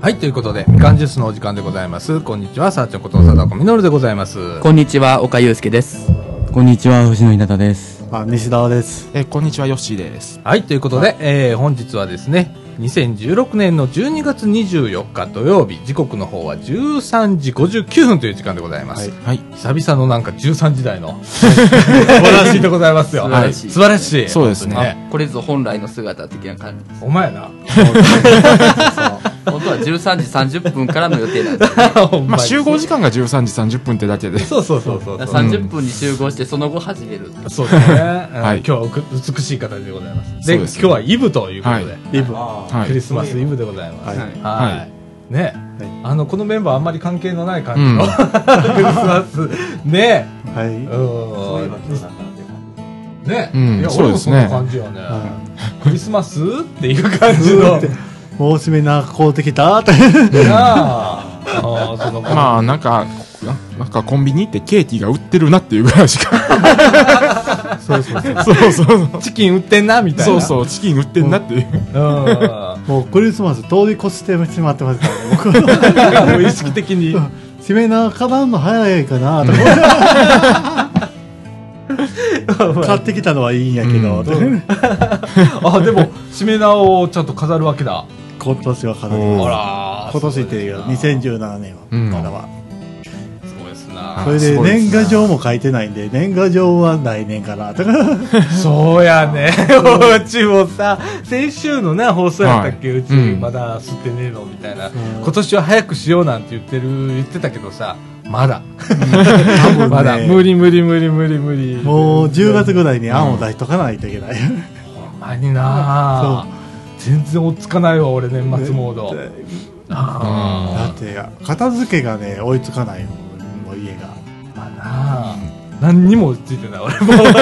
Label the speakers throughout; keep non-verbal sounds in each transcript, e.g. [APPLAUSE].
Speaker 1: はい、ということで、みかんジュースのお時間でございます。こんにちは、さーちゃんことさだこみのるでございます。
Speaker 2: こんにちは、岡祐介です。
Speaker 3: こんにちは、星野ひなたです。
Speaker 4: あ西澤です。
Speaker 5: えーこんにちは、ヨッシーです。
Speaker 1: はい、ということで、えー、本日はですね、2016年の12月24日土曜日、時刻の方は13時59分という時間でございます。
Speaker 5: はい。
Speaker 1: 久々のなんか13時台
Speaker 5: [LAUGHS]
Speaker 1: の、素晴らしいでございますよ。
Speaker 2: 素晴らしい
Speaker 1: は素晴らしい。
Speaker 5: そうですね
Speaker 1: 本当に。
Speaker 2: これぞ本来の姿的な感じです。
Speaker 1: お
Speaker 5: [LAUGHS]
Speaker 1: 前やな。
Speaker 2: 本当は13時30分からの予定なんですよね。
Speaker 5: まあ、集合時間が13時30分ってだ
Speaker 1: [LAUGHS]
Speaker 5: けで。
Speaker 1: そうそうそうそう。
Speaker 2: だ
Speaker 1: そ
Speaker 2: から
Speaker 1: う
Speaker 2: 30分に集合して、その後始める。
Speaker 1: そうですね。うん
Speaker 5: はい
Speaker 1: 今日はうく美しい形でございます。で、
Speaker 5: そう
Speaker 1: 今
Speaker 5: です
Speaker 1: 日はイブということで。
Speaker 5: はい
Speaker 4: イブ。
Speaker 5: は
Speaker 1: クリ
Speaker 5: い。
Speaker 1: スマスイブでございます。
Speaker 4: は
Speaker 1: はい。
Speaker 4: い
Speaker 5: はい
Speaker 1: ね、
Speaker 4: はい
Speaker 1: あのこのメンバーあんまり関係のない感
Speaker 5: う
Speaker 1: じ
Speaker 5: ん
Speaker 1: の、。クリスマスね、う
Speaker 4: は
Speaker 1: ん、ね、
Speaker 5: うん
Speaker 1: いや
Speaker 5: そう
Speaker 1: 俺
Speaker 5: で
Speaker 1: も
Speaker 5: す
Speaker 1: そんな
Speaker 5: ね
Speaker 1: 感じよね。
Speaker 4: は
Speaker 1: クリスマスっていう感じの
Speaker 4: ずーい。もうしめな買うてきたって。
Speaker 1: なあ、あーそのま
Speaker 5: まあ、なんか、ななんかコンビニ行ってケーキが売ってるなっていうぐらいしか。
Speaker 4: そうそうそ
Speaker 5: [LAUGHS]
Speaker 4: う。
Speaker 5: そうそう
Speaker 1: あチキン売ってんなみたい
Speaker 5: そ
Speaker 1: な。
Speaker 5: う。そう、チキン売ってんなっていう。
Speaker 1: うん。
Speaker 4: もうクリスマス通り越してしまって [LAUGHS] ますから、僕は。
Speaker 1: もう意識的に。
Speaker 4: しめなかばんの早いかなと買ってきたのはいいんやけど、って
Speaker 1: あでもしめ縄をちゃんと飾るわけだ。
Speaker 4: 今年はかなり。
Speaker 5: うん
Speaker 1: ほ
Speaker 4: 今
Speaker 1: らー。
Speaker 4: 年っていうか、
Speaker 1: す
Speaker 4: 2017年
Speaker 5: うん
Speaker 4: は、からは。
Speaker 1: ごいです
Speaker 4: そ
Speaker 1: な。
Speaker 4: れ
Speaker 5: す
Speaker 4: で
Speaker 5: ごいです
Speaker 4: 年
Speaker 5: ね
Speaker 4: 賀状も書いてないんで、年賀状は来年かなとか。
Speaker 5: [LAUGHS]
Speaker 1: そうやね。うちもさ、先週のな、放送やったっけ、
Speaker 5: はいう
Speaker 1: ち
Speaker 5: うん
Speaker 1: まだ吸ってねえのみたいな、
Speaker 4: ん
Speaker 1: 今年は早くしようなんて言ってる、言ってたけどさ、 [LAUGHS] まだ。
Speaker 4: ね
Speaker 1: まだ。無理無理無理無理無理。
Speaker 4: もう10月ぐらいに案を出しとかないといけない。
Speaker 1: ほんまにな全然落ち着かないわ、俺、年末モード。あ
Speaker 4: [LAUGHS] だって片付けがね追いつかないもんもう家が
Speaker 1: ーまあなあ。何にも落ち着いてない、俺も。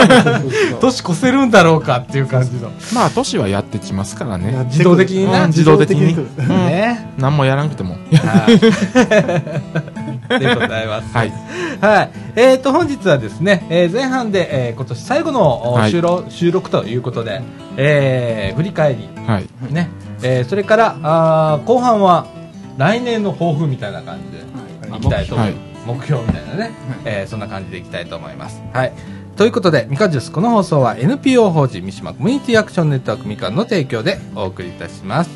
Speaker 1: 年越せるんだろうかっていう感じの。
Speaker 5: まあ、年はやってきますからね。
Speaker 1: 自動的にな
Speaker 5: うん自動的に
Speaker 4: 自動的に。
Speaker 5: うん
Speaker 1: ね。
Speaker 5: 何もやらなくても。
Speaker 1: ありがとうござい [LAUGHS] ます。
Speaker 5: はい。
Speaker 1: はい。えっ、と、本日はですね、えー前半で、えー今年最後のお
Speaker 5: はい
Speaker 1: 収録,、収録ということで、えー振り返り、
Speaker 5: はい。
Speaker 1: ね、えーそれから、あー後半は、来年の抱負みたいな感じで、いきたいと思います。目標みたいなね、えーそんな感じでいきたいと思います。はい。ということで、みかんジュース、この放送は NPO 法人三島コミュニティアクションネットワークみかんの提供でお送りいたします。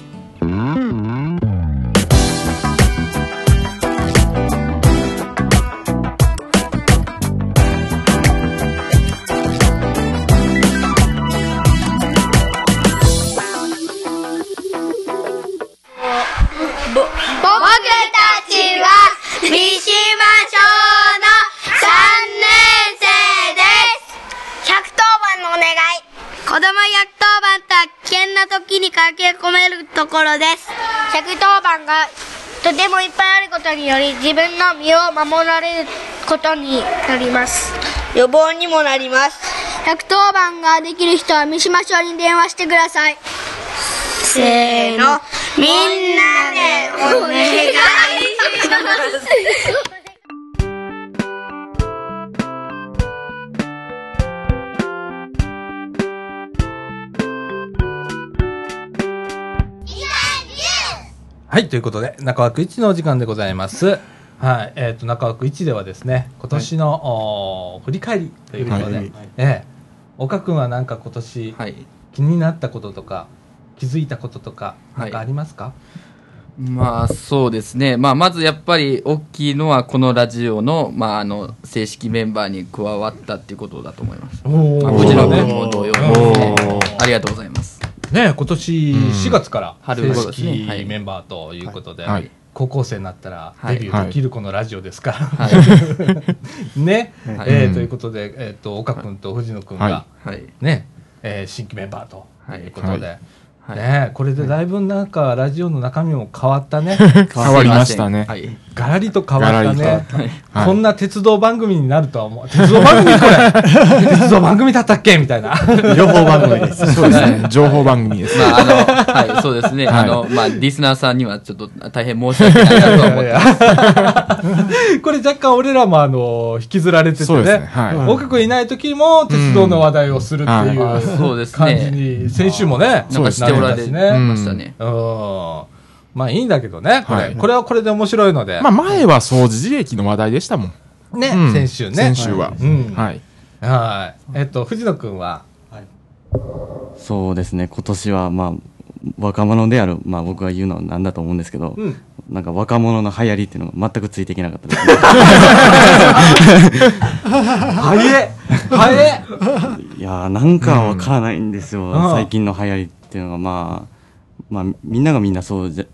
Speaker 6: 僕たちは三島小の3年生です110番のお願い子供110番と危険な時に駆け込めるところです110番がとてもいっぱいあることにより自分の身を守られることになります予防にもなります110番ができる人は三島小に電話してくださいせーのみんなでお願いします
Speaker 1: はい、ということで、中枠1のお時間でございます。はい、えっ、と、中枠1ではですね、今年の、おー振り返りということで、
Speaker 4: はい
Speaker 1: ええ岡くんはなんか今年、
Speaker 2: はい。
Speaker 1: 気になったこととか、気づいたこととか、
Speaker 2: はい
Speaker 1: なんかありますか、
Speaker 2: まあ、そうですね。まあ、まずやっぱり大きいのは、このラジオの、まあ、あの、正式メンバーに加わったっていうことだと思います。
Speaker 1: お
Speaker 2: まあ、
Speaker 1: ー
Speaker 2: こちら
Speaker 4: おー
Speaker 2: も同様ですね。ありがとうございます。
Speaker 1: ね、今年4月から
Speaker 2: 春
Speaker 1: 正
Speaker 2: 頃ですねは
Speaker 1: 式
Speaker 2: い
Speaker 1: メンバーということで、
Speaker 5: はい
Speaker 1: 高校生になったら
Speaker 2: は
Speaker 1: デ
Speaker 2: い
Speaker 1: ビューできるこのラジオですから、
Speaker 2: は。
Speaker 1: [LAUGHS] ね、
Speaker 4: はい
Speaker 1: えー
Speaker 5: うん
Speaker 1: ということで、えっ、と、岡くんと藤野くんが、
Speaker 5: はい
Speaker 2: はい。
Speaker 1: ね、えー新規メンバーということで、
Speaker 2: はい
Speaker 1: ね、これでだいぶなんかラジオの中身も変わった
Speaker 5: [LAUGHS]
Speaker 1: ね、
Speaker 5: 変わりましたね。
Speaker 2: はい。
Speaker 1: ガラリと変わった
Speaker 5: ガラ
Speaker 1: ね
Speaker 5: リとは。はい
Speaker 1: こんな鉄道番組になるとは思う。鉄道番組こ
Speaker 5: [LAUGHS]
Speaker 1: れ鉄道番組だったっけみたいな。
Speaker 4: 情報番組です。
Speaker 5: そうですね。情報番組です。
Speaker 2: まあ、あの、はい、そうですね。
Speaker 5: はい
Speaker 2: あの、まあ、リスナーさんにはちょっと大変申し訳ないなとは思ってま
Speaker 1: [LAUGHS]
Speaker 2: す。
Speaker 1: これ若干俺らもあの、引きずられてて
Speaker 5: そうですね。
Speaker 1: ね。
Speaker 5: はい。
Speaker 1: 大川くんいない時も鉄道の話題をするってい
Speaker 5: うん
Speaker 2: はいあーそう
Speaker 1: う
Speaker 2: ですね
Speaker 1: 感じに、先週もね、
Speaker 2: なんかしておられ
Speaker 1: なりまし
Speaker 2: ましたね。
Speaker 1: うん。まあいいんだけどね、これ。
Speaker 5: はい
Speaker 1: これはこれで面白いので。
Speaker 5: まあ前は掃除事歴の話題でしたもん。
Speaker 1: ね、
Speaker 5: うん
Speaker 1: 先週ね。
Speaker 5: 先週は。
Speaker 1: うん
Speaker 5: はい。
Speaker 1: はい。えっと、藤野くんは、
Speaker 3: そうですね、今年は、まあ、若者である、まあ僕が言うのはなんだと思うんですけど、
Speaker 1: うん。
Speaker 3: なんか若者の流行りっていうのが全くついていけなかったで
Speaker 1: [LAUGHS]
Speaker 3: すね。
Speaker 1: 早え早え
Speaker 3: いやー、なんかわからないんですよ、
Speaker 1: うん
Speaker 3: 最近の流行りっていうのが、まあ、まあみんながみんなそうじゃ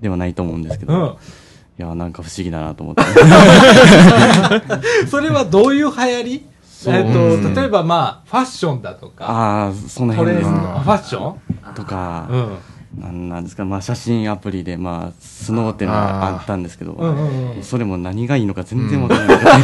Speaker 3: ではないと思うんですけ
Speaker 1: う
Speaker 3: ど、
Speaker 1: ん。
Speaker 3: いやー、なんか不思議だなと思って。 [LAUGHS]
Speaker 1: それはどういう流行り
Speaker 3: う
Speaker 1: えっ
Speaker 5: うん
Speaker 1: と、例えばまあ、ファッションだとか、
Speaker 3: ああ、その
Speaker 1: トレ
Speaker 3: 辺
Speaker 1: ース
Speaker 5: こ
Speaker 1: フ
Speaker 5: れ
Speaker 3: の
Speaker 1: ァッション
Speaker 3: とか、
Speaker 1: うん。
Speaker 3: なんなんですか、まあ、写真アプリで、まあ、スノーっていうのがあったんですけど、
Speaker 1: うんうんうん
Speaker 3: それも何がいいのか全然わからなかっ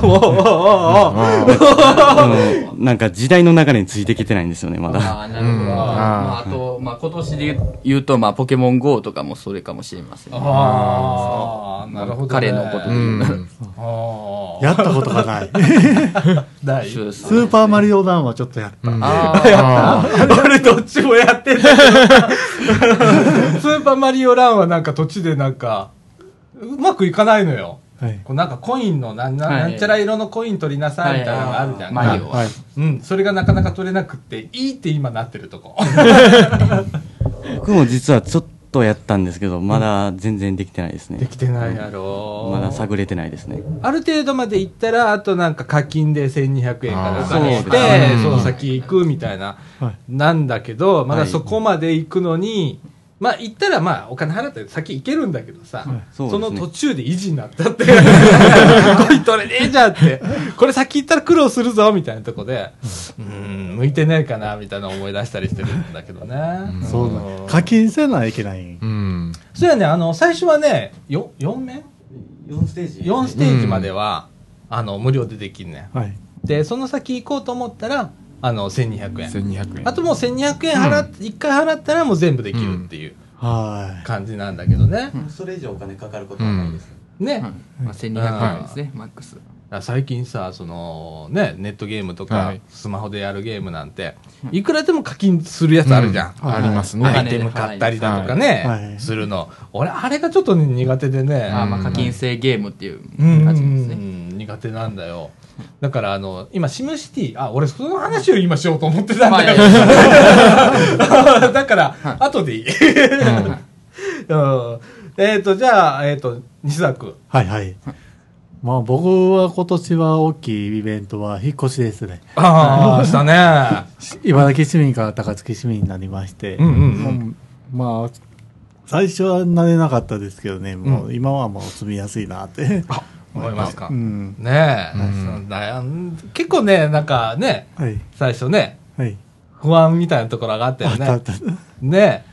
Speaker 3: た、
Speaker 1: おおおおお
Speaker 5: あ
Speaker 3: あのなんか時代の流れについてきてないんですよねまだ
Speaker 2: ああ、なるほど。
Speaker 5: うん
Speaker 2: まあ、あと、まあ、今年で言うと、まあ、ポケモン GO とかもそれかもしれませんね。
Speaker 1: ああ、なるほどね。
Speaker 2: 彼のこと
Speaker 5: ーう
Speaker 2: で
Speaker 5: ん。
Speaker 1: ああ。
Speaker 4: やったことがない。
Speaker 1: ない。
Speaker 2: ス
Speaker 4: [LAUGHS] スーパーマリオダンはちょっとやっ
Speaker 2: [LAUGHS]
Speaker 4: た。
Speaker 2: あ
Speaker 5: あー
Speaker 1: 俺どっちもやってんだけど [LAUGHS] スーパーマリオランはなんか途中でなんか、うまくいかないのよ。
Speaker 4: はい。
Speaker 1: こうなんかコインのなんな、
Speaker 2: はい
Speaker 1: なんちゃら色のコイン取りな
Speaker 2: あ
Speaker 1: さいみたいなのがあるじゃんか。
Speaker 2: マリオは。
Speaker 4: はい。
Speaker 1: うん、それがなかなか取れなくって、いいって今なってるとこ。
Speaker 3: 僕も実はちょっとやったんですけどまだ全然できてないです
Speaker 1: で
Speaker 3: ね
Speaker 1: きてないやろ
Speaker 3: まだ探れてないですね
Speaker 1: ある程度まで行ったら、あとなんか課金で1200円かなんかにし
Speaker 3: あ
Speaker 1: て、
Speaker 5: そ
Speaker 3: ー
Speaker 5: うですね
Speaker 1: そうの
Speaker 5: ん
Speaker 1: 先行くみたいな、
Speaker 4: はい
Speaker 1: なんだけど、まだ
Speaker 3: はい
Speaker 1: そこまで行くのに、まあ行ったらまあお金払って先行けるんだけどさ、
Speaker 3: そ
Speaker 1: そう
Speaker 3: ですね
Speaker 1: の途中で維持になったって、こい取れねえじゃんって、これ先行ったら苦労するぞみたいなとこで、うーん、向いてないかなみたいな思い出したりしてるんだけどね。
Speaker 4: そうだね。課金せないいけない。
Speaker 5: うん。
Speaker 1: そうやね、あの、最初はね、よ4面
Speaker 3: 4ステー
Speaker 1: ?4 ステージまでは、あの、無料でできんねん。
Speaker 4: はい。
Speaker 1: で、その先行こうと思ったら、あの、1200円。
Speaker 5: 1200円。
Speaker 1: あともう1200円払っ、1回払ったらもう全部できるっていう
Speaker 4: は
Speaker 1: 感じなんだけどね。
Speaker 3: それ以上お金かかること
Speaker 5: はないです
Speaker 1: ね。
Speaker 2: はいまあ、1200円ですね、マックス。
Speaker 1: あ最近さ、その、ね、ネットゲームとか
Speaker 5: はい、
Speaker 1: スマホでやるゲームなんて、いくらでも課金するやつあるじゃん。
Speaker 5: うありますね。
Speaker 2: はい
Speaker 1: ア
Speaker 2: は
Speaker 1: イ
Speaker 2: い
Speaker 1: テム買ったりだとかね、
Speaker 4: はい
Speaker 1: するの。俺、あれがちょっとね苦手でね。
Speaker 2: あーまあ、課金制ゲームっていう
Speaker 1: うん
Speaker 2: 感じですね。
Speaker 1: 苦手なんだよ。だから、あの、今、シムシティ、あ、俺、その話を今しようと思ってたん
Speaker 2: まあい
Speaker 1: だ
Speaker 2: や
Speaker 1: よ。 [LAUGHS] だから、後でいい。 [LAUGHS] うんえっと、じゃあ、えっと、西澤君。
Speaker 4: はいはい。まあ僕は今年は大きいイベントは引っ越しですね。
Speaker 1: ああ、したね。
Speaker 4: し茨城市民から高槻市民になりまして、
Speaker 1: うんうんうん
Speaker 4: もうまあ、最初は慣れなかったですけどね、もう今はもう住みやすいなって。
Speaker 1: 思いますか。
Speaker 4: うん。
Speaker 1: ねえ、
Speaker 5: うん
Speaker 1: そうだよ結構ね、なんかね、
Speaker 4: はい。
Speaker 1: 最初ね、
Speaker 4: はい。
Speaker 1: 不安みたいなところがあった
Speaker 4: あ
Speaker 1: よ
Speaker 4: ったあっ
Speaker 1: ね。
Speaker 4: た。
Speaker 1: ね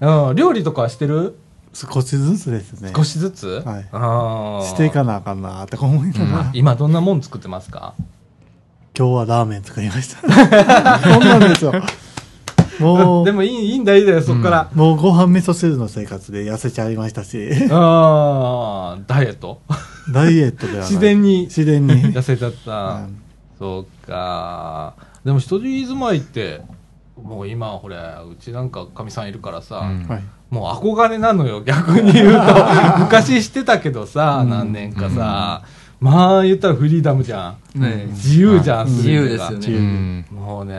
Speaker 1: え、うん、料理とかはしてる
Speaker 4: 少しずつですね。
Speaker 1: 少しずつ、
Speaker 4: はい
Speaker 1: ああ
Speaker 4: していかなあかんなあって思いながら、今
Speaker 1: 今どんなもん作ってますか
Speaker 4: 日はラーメン作りま
Speaker 1: [LAUGHS]
Speaker 4: した。そうなんですよ。もう、
Speaker 1: でもいいいいんだいいんだよそっから、
Speaker 4: もうご飯味噌汁の生活で痩せちゃいまし
Speaker 1: [LAUGHS]
Speaker 4: たし、
Speaker 1: ああダイエット
Speaker 4: ダイエットではない。
Speaker 1: 自然に
Speaker 4: 自然に
Speaker 1: 痩。せちゃった、
Speaker 4: ん
Speaker 1: そうかでも一人住まいってもう今ほれうちなんかかみさんいるからさ、
Speaker 5: うん
Speaker 4: はい。
Speaker 1: もう憧れなのよ逆に言うと昔してたけどさ、何年かさ、まあ言ったらフリーダムじゃん
Speaker 2: ね
Speaker 1: 自由じゃん、
Speaker 2: 自
Speaker 1: 全
Speaker 2: 由
Speaker 1: て
Speaker 2: で
Speaker 1: が
Speaker 2: すよ
Speaker 5: う
Speaker 2: ね。
Speaker 5: ん。
Speaker 1: もうね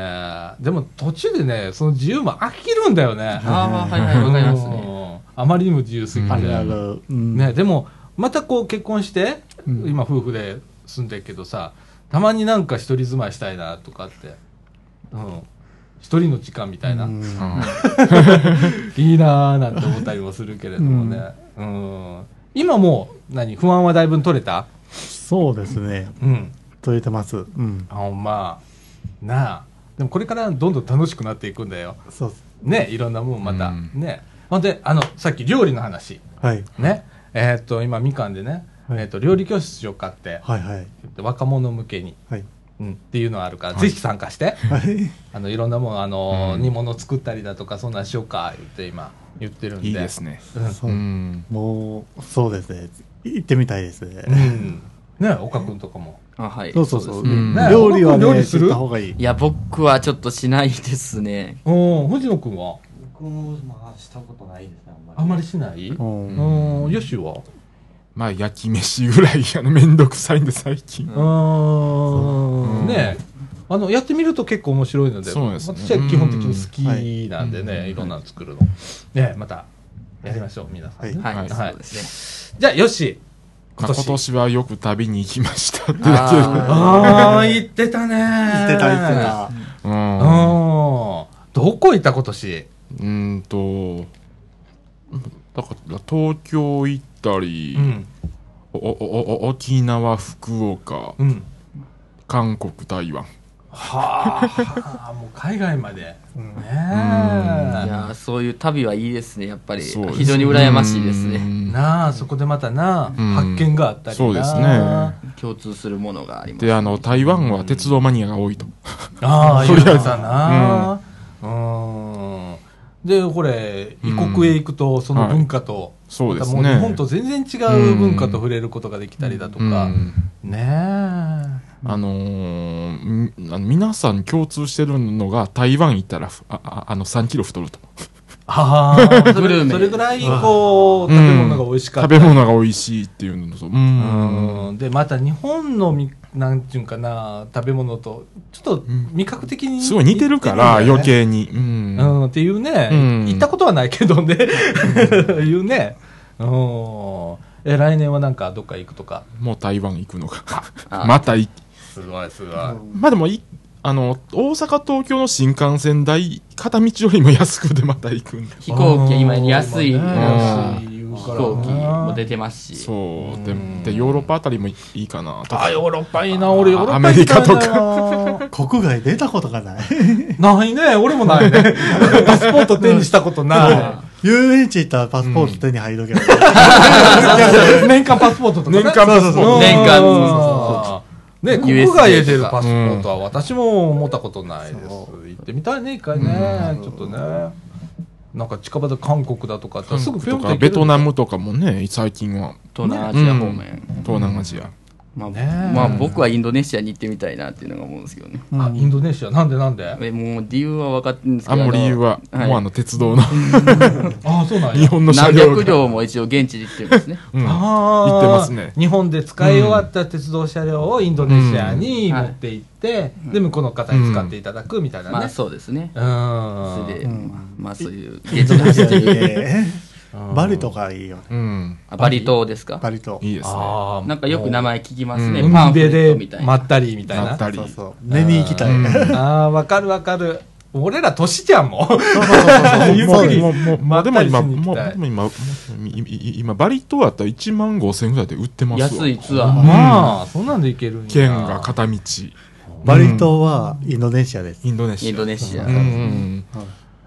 Speaker 1: でも途中でねその自由も飽きるんだよね
Speaker 2: ああ、まあはいはい、わかりますね。
Speaker 1: あまりにも自由すぎて、
Speaker 4: あるある。うん。
Speaker 1: ね、でもまたこう結婚して、
Speaker 4: うん
Speaker 1: 今夫婦で住んでるけどさたまになんか一人住まいしたいなとかって、うん、一人の時間みたいな、
Speaker 4: うん
Speaker 1: いいなーなんて思ったりもするけれどもね、うん今もう何不安はだいぶ取れた
Speaker 4: そうですね。
Speaker 1: うん
Speaker 4: 取れてます。うん。
Speaker 1: あほんまなあでもこれからどんどん楽しくなっていくんだよ
Speaker 4: そう。
Speaker 1: ねいろんなもんまた、
Speaker 5: うん
Speaker 1: ねほんであのさっき料理の話
Speaker 4: はい。
Speaker 1: ねえーっと今みかんでね、
Speaker 4: はい
Speaker 1: えーっと料理教室を買って、
Speaker 4: はいはい。
Speaker 1: 若者向けに、
Speaker 4: はい。
Speaker 1: うん、っていうのがあるから、ぜひ参加して
Speaker 4: はい。
Speaker 1: あのいろんなもんあの、
Speaker 5: うん
Speaker 1: 煮物作ったりだとかそんなんしようか言って今言ってるんで
Speaker 5: いいですね。。
Speaker 1: うん
Speaker 4: そううんもう、そうですね。行ってみたいです
Speaker 1: う
Speaker 4: ね。
Speaker 1: んね岡君とかも
Speaker 2: あはい。
Speaker 4: そうそうそう。
Speaker 2: ですね
Speaker 5: ん
Speaker 1: ね
Speaker 4: 料理は
Speaker 1: 料
Speaker 4: ね、
Speaker 1: 理す
Speaker 4: 知っ
Speaker 1: る
Speaker 4: た方がいい。
Speaker 2: いや、僕はちょっとしないですね。
Speaker 1: うん藤野君は
Speaker 2: 僕
Speaker 7: 僕もまあしたことないですねあんまり
Speaker 1: あまりしないうんんよしは
Speaker 5: まあ、焼き飯ぐらい、 [LAUGHS] あの、めんどくさいんで、最近。
Speaker 1: うん
Speaker 5: うん
Speaker 1: ねえあのやってみると結構面白いので
Speaker 5: そうですね
Speaker 1: 私は基本的に好き
Speaker 4: うん
Speaker 1: なんでね、
Speaker 5: はい
Speaker 1: い、ろんなの作るの、ねえまたやりましょう皆さんね、
Speaker 4: はい
Speaker 2: はい、
Speaker 5: はい
Speaker 2: そうですね
Speaker 1: じゃあよし
Speaker 5: まあ
Speaker 1: 今
Speaker 5: 今
Speaker 1: 年,、
Speaker 5: 年はよく旅に行きましたってだ
Speaker 2: あ
Speaker 1: ああ言ってたね言
Speaker 4: 言ってた言ってた。
Speaker 5: けで。う
Speaker 1: うん
Speaker 5: ん。
Speaker 1: どこ行った今年
Speaker 5: うーんと、だから東京行ったり、
Speaker 1: うん
Speaker 5: おおおお沖縄、福岡、
Speaker 1: うん
Speaker 5: 韓国、台湾。
Speaker 1: はあもう海外までね
Speaker 2: い
Speaker 1: え
Speaker 2: やーそういう旅はいいですねやっぱり
Speaker 5: そうです
Speaker 2: 非常に羨ましいです
Speaker 5: う
Speaker 2: ね
Speaker 5: ん
Speaker 1: なあそこでまたな
Speaker 5: うん
Speaker 1: 発見があったりな
Speaker 5: そうですね
Speaker 2: 共通するものがあります
Speaker 5: で、あの、台湾は鉄道マニアが多いと。
Speaker 1: ああ
Speaker 5: と
Speaker 1: 言
Speaker 5: りあえ
Speaker 1: っ
Speaker 5: ず
Speaker 1: てたなうんでこれ異国へ行くとその文化と
Speaker 5: そうですね
Speaker 1: またも日本と全然違う文化と触れることができたりだとか
Speaker 5: うん
Speaker 1: ねえ
Speaker 5: あのーみあの皆さん共通してるのが、台湾行ったら、あああの、3キロ太ると。
Speaker 1: ああそ
Speaker 2: グル
Speaker 1: れ
Speaker 2: メ
Speaker 1: それぐらいこう食べ物が美味しかったり
Speaker 5: 食べ物が美味しいっていうのと、うーん。
Speaker 1: うんでまた日本のみなんていうんかな食べ物とちょっと味覚的に、
Speaker 5: すごい似てるか
Speaker 1: 似て
Speaker 5: ら、
Speaker 1: るんだ
Speaker 5: 余
Speaker 1: よね
Speaker 5: 計に。うん。
Speaker 1: うん、っていうね、
Speaker 5: うん
Speaker 1: 行ったことはないけどねいうねうんえ来年はなんかどっか行くとか
Speaker 5: もう台湾行くのか
Speaker 2: あ。
Speaker 5: [LAUGHS] また行
Speaker 1: すごいすごい
Speaker 5: まあでもい、あの、大阪、東京の新幹線代、片道よりも安くでまた行くんだ。
Speaker 2: 飛行機今安い、
Speaker 1: ね
Speaker 5: うん
Speaker 1: 飛
Speaker 2: 飛行機も出てますし
Speaker 5: そう。で、でヨーロッパあたりもいいかなと
Speaker 1: あ
Speaker 5: か。
Speaker 1: ヨーロッパいいな俺ヨーロッパ
Speaker 5: アメリカとか
Speaker 1: か
Speaker 4: 国外出たことがない。
Speaker 1: ないね俺もないねパスポート手にしたこと
Speaker 4: [LAUGHS]
Speaker 1: な
Speaker 4: 遊園地行ったらパスポート手に入るけど。
Speaker 1: い年間パスポートとかね
Speaker 5: 年間パスポート。
Speaker 2: 年間
Speaker 1: うんね、
Speaker 2: う
Speaker 1: 国外へ出る
Speaker 2: USJ とか
Speaker 1: パスポートは私も思ったことないです。行ってみたいね、一回ね、ちょっとね。なんか近場で韓国だとかあったらすぐピョ
Speaker 5: と
Speaker 1: ンと
Speaker 5: か、
Speaker 1: 行け
Speaker 5: ベ
Speaker 1: る
Speaker 5: トナムとかもね、最近は。
Speaker 2: 東南アジア方面、
Speaker 5: 東南アジア。
Speaker 2: まあ、
Speaker 1: ねえ
Speaker 2: まあ僕はインドネシアに行ってみたいなっていうのが思うんですけどね
Speaker 1: あインドネシア、なんでなんで
Speaker 2: えもう理由は分かってるんですけ
Speaker 5: あ、
Speaker 2: ど
Speaker 5: もう理由は、
Speaker 2: あの
Speaker 5: もうあの、鉄道の、
Speaker 1: ああ、そうなん
Speaker 5: 日
Speaker 1: や。
Speaker 5: 本の車
Speaker 2: 何
Speaker 5: 両
Speaker 2: 百
Speaker 5: が。
Speaker 2: 両も一応現地で行ってるんですね
Speaker 5: うん
Speaker 1: あ
Speaker 5: 行
Speaker 1: あ
Speaker 5: ってますね。
Speaker 1: 日本で使い終わった鉄道車両をインドネシアに持って行って、で、向こうの方に使っていただくみたいな
Speaker 2: まあ
Speaker 1: ね。
Speaker 2: そうですね
Speaker 1: うん
Speaker 2: それで、まあそういう現地
Speaker 4: ド
Speaker 2: で
Speaker 4: ネ
Speaker 2: 走
Speaker 4: シア
Speaker 2: って
Speaker 4: 行っ
Speaker 2: る
Speaker 4: て [LAUGHS] バリとかいいよね。
Speaker 5: うん。
Speaker 2: あバリ島ですか
Speaker 4: バリと。
Speaker 5: いいですね。
Speaker 1: ああ
Speaker 2: なんかよく名前聞きますね、
Speaker 5: うん
Speaker 2: パン
Speaker 1: 海
Speaker 2: フレ
Speaker 1: 辺
Speaker 2: ットみ
Speaker 1: で
Speaker 2: たいな、
Speaker 1: まったりみたい
Speaker 5: な
Speaker 1: な
Speaker 5: っ。たり
Speaker 4: そう。そう。寝に行きたい。
Speaker 1: [LAUGHS] ああ、わかるわかる。俺ら年じゃん、もう。ゆっ
Speaker 5: も
Speaker 1: く
Speaker 5: う
Speaker 1: り
Speaker 5: もうもう
Speaker 1: ま
Speaker 5: ま
Speaker 1: っ
Speaker 5: あ
Speaker 1: た
Speaker 5: で
Speaker 1: り
Speaker 5: も
Speaker 1: しに行き
Speaker 5: 今、もう
Speaker 1: たい
Speaker 5: でも今、もういい今、バリ島あったら1万5千円ぐらいで売ってますわ。
Speaker 2: 安いツアー、
Speaker 1: まあ、そんなんでいけるんや。
Speaker 5: 県が片道。
Speaker 4: [LAUGHS] バリ島はインドネシアです。
Speaker 5: インドネシア。
Speaker 2: インドネシア、
Speaker 5: うんうん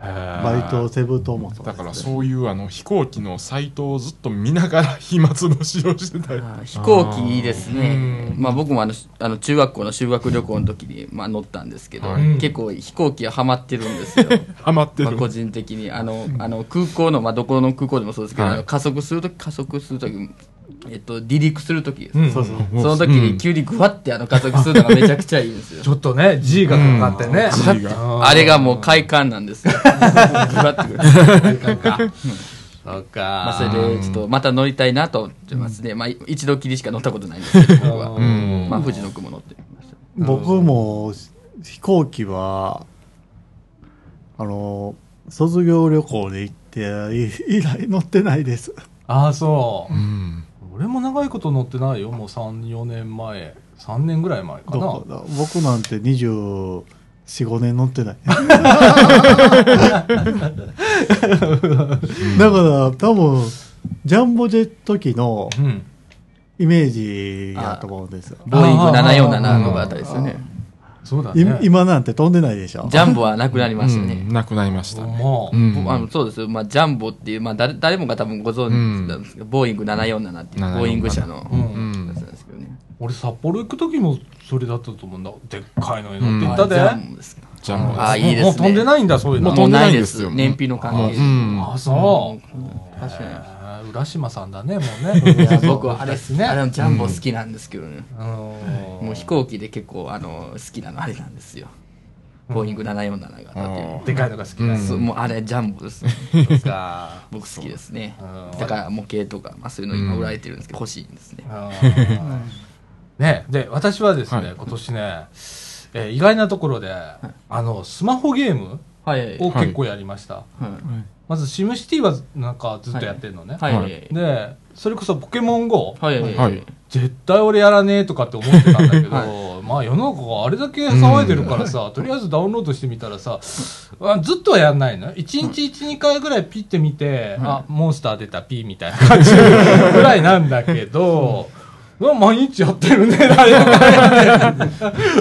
Speaker 4: バリ島、セブ島も
Speaker 5: う
Speaker 4: そ
Speaker 5: ん。
Speaker 4: う
Speaker 5: だ
Speaker 4: で
Speaker 5: から
Speaker 4: す。
Speaker 5: そういうあの飛行機のサイトをずっと見ながら暇つぶしをしてたり。
Speaker 2: あー飛行機いいですね、まあ、僕もあのあの中学校の修学旅行の時に、まあ、乗ったんですけど、結構飛行機はハマってるんです
Speaker 4: [LAUGHS]
Speaker 2: よ
Speaker 5: ハマって
Speaker 2: まあ
Speaker 5: る。
Speaker 2: 個人的にあのあの空港の、まあ、どこの空港でもそうですけど、
Speaker 5: はい
Speaker 2: あの加速するとき加速するとき、えっと、離陸するときです、
Speaker 4: そうそう。
Speaker 2: その時に急にグワッてあの加速するのがめちゃくちゃいいんです
Speaker 4: [LAUGHS]
Speaker 2: よ
Speaker 1: ちょっとね、G がかかってね。
Speaker 5: 地位が。
Speaker 2: あれがもう快感なんです
Speaker 4: [LAUGHS]
Speaker 2: よグワッてくる
Speaker 1: そう
Speaker 2: まあ、
Speaker 1: か。
Speaker 2: それでちょっとまた乗りたいなと思ってますね、まあ、一度きりしか乗ったことないんですけど僕は、まあ、富士の雲乗ってみました
Speaker 4: 僕も飛行機は、あの、卒業旅行で行って、い以来乗ってないです。
Speaker 1: ああ、そう
Speaker 5: う。ん。
Speaker 1: 俺も長いこと乗ってないよ。もう3、4年前。3年ぐらい前か
Speaker 4: ど
Speaker 1: な
Speaker 4: こ。だ僕なんて24、5年乗ってない。だから多分、ジャンボジェット機の
Speaker 1: うん。
Speaker 4: イメージやと思うんですよ。
Speaker 2: ボーイング747とかあたりですよね。
Speaker 1: そうだ
Speaker 4: い
Speaker 1: ね。
Speaker 4: 今なんて飛んでないでしょ
Speaker 2: ジャンボはなくなりました
Speaker 5: う
Speaker 2: ね
Speaker 5: ん。なくなりました。
Speaker 1: も
Speaker 5: う
Speaker 1: う、
Speaker 5: ん。
Speaker 2: あのそうですよ、まあ、ジャンボっていう、まあ、誰誰もが多分ご存知なんですけど、ボーイング747っていう、
Speaker 5: 747
Speaker 2: ボーイング社の
Speaker 5: ん
Speaker 2: やつなんですけどね。
Speaker 1: 俺札幌行く時もそれだったと思うんだ。でっかいのに乗って行ったで。
Speaker 2: ジャンボですか
Speaker 5: ジャンボ
Speaker 2: ああ、いいですね。
Speaker 1: もう飛んで
Speaker 2: い
Speaker 1: ないんだ、そういうの。
Speaker 5: もう
Speaker 2: も
Speaker 5: 飛
Speaker 2: うん
Speaker 5: で
Speaker 2: な
Speaker 5: ないい
Speaker 2: で。
Speaker 5: ですす
Speaker 2: 燃費の関係
Speaker 5: う
Speaker 2: で。
Speaker 5: ん。
Speaker 1: ああ、そう。
Speaker 2: 確か
Speaker 1: あー浦島さんだね、も
Speaker 2: [LAUGHS]
Speaker 1: う
Speaker 2: に。いや
Speaker 1: ね。
Speaker 2: 僕はあれ、
Speaker 1: ですね。
Speaker 2: あ
Speaker 1: あ
Speaker 2: れジャンボ好きなんですけどね。
Speaker 1: のー
Speaker 2: もう飛行機で結構、あの、好きなのあれなんですよ。ボーイング747があったっていう
Speaker 5: あ
Speaker 1: でかいのが好きなん
Speaker 5: う
Speaker 1: で
Speaker 5: ん
Speaker 2: そうもうあれジャンボですね
Speaker 1: すか
Speaker 2: 僕好きですね
Speaker 1: うん
Speaker 2: だから模型とか、まあ、そういうの今売られてるんですけど、欲しいんですね
Speaker 1: あーねで私はですね、
Speaker 5: はい
Speaker 1: 今年ね、えー意外なところで、あのスマホゲーム
Speaker 2: はい
Speaker 1: を結構やりました、
Speaker 2: は
Speaker 1: まずシムシティはなんかずっとやってるのね、
Speaker 2: いは
Speaker 5: はい
Speaker 2: い
Speaker 1: でそれこそポケモン GO、
Speaker 2: はい
Speaker 5: は
Speaker 2: はいい
Speaker 1: 絶対俺やらねえとかって思ってたんだ [LAUGHS] けど、
Speaker 2: は
Speaker 1: まあ世の中があれだけ騒いでるからさ、とりあえずダウンロードしてみたらさ、あずっとはやんないの ?1 日1、2回ぐらいピッて見て、あ、モンスター出たピーみたいな感じぐらいなんだけど、うわ毎日やってる [LAUGHS] ね、あれ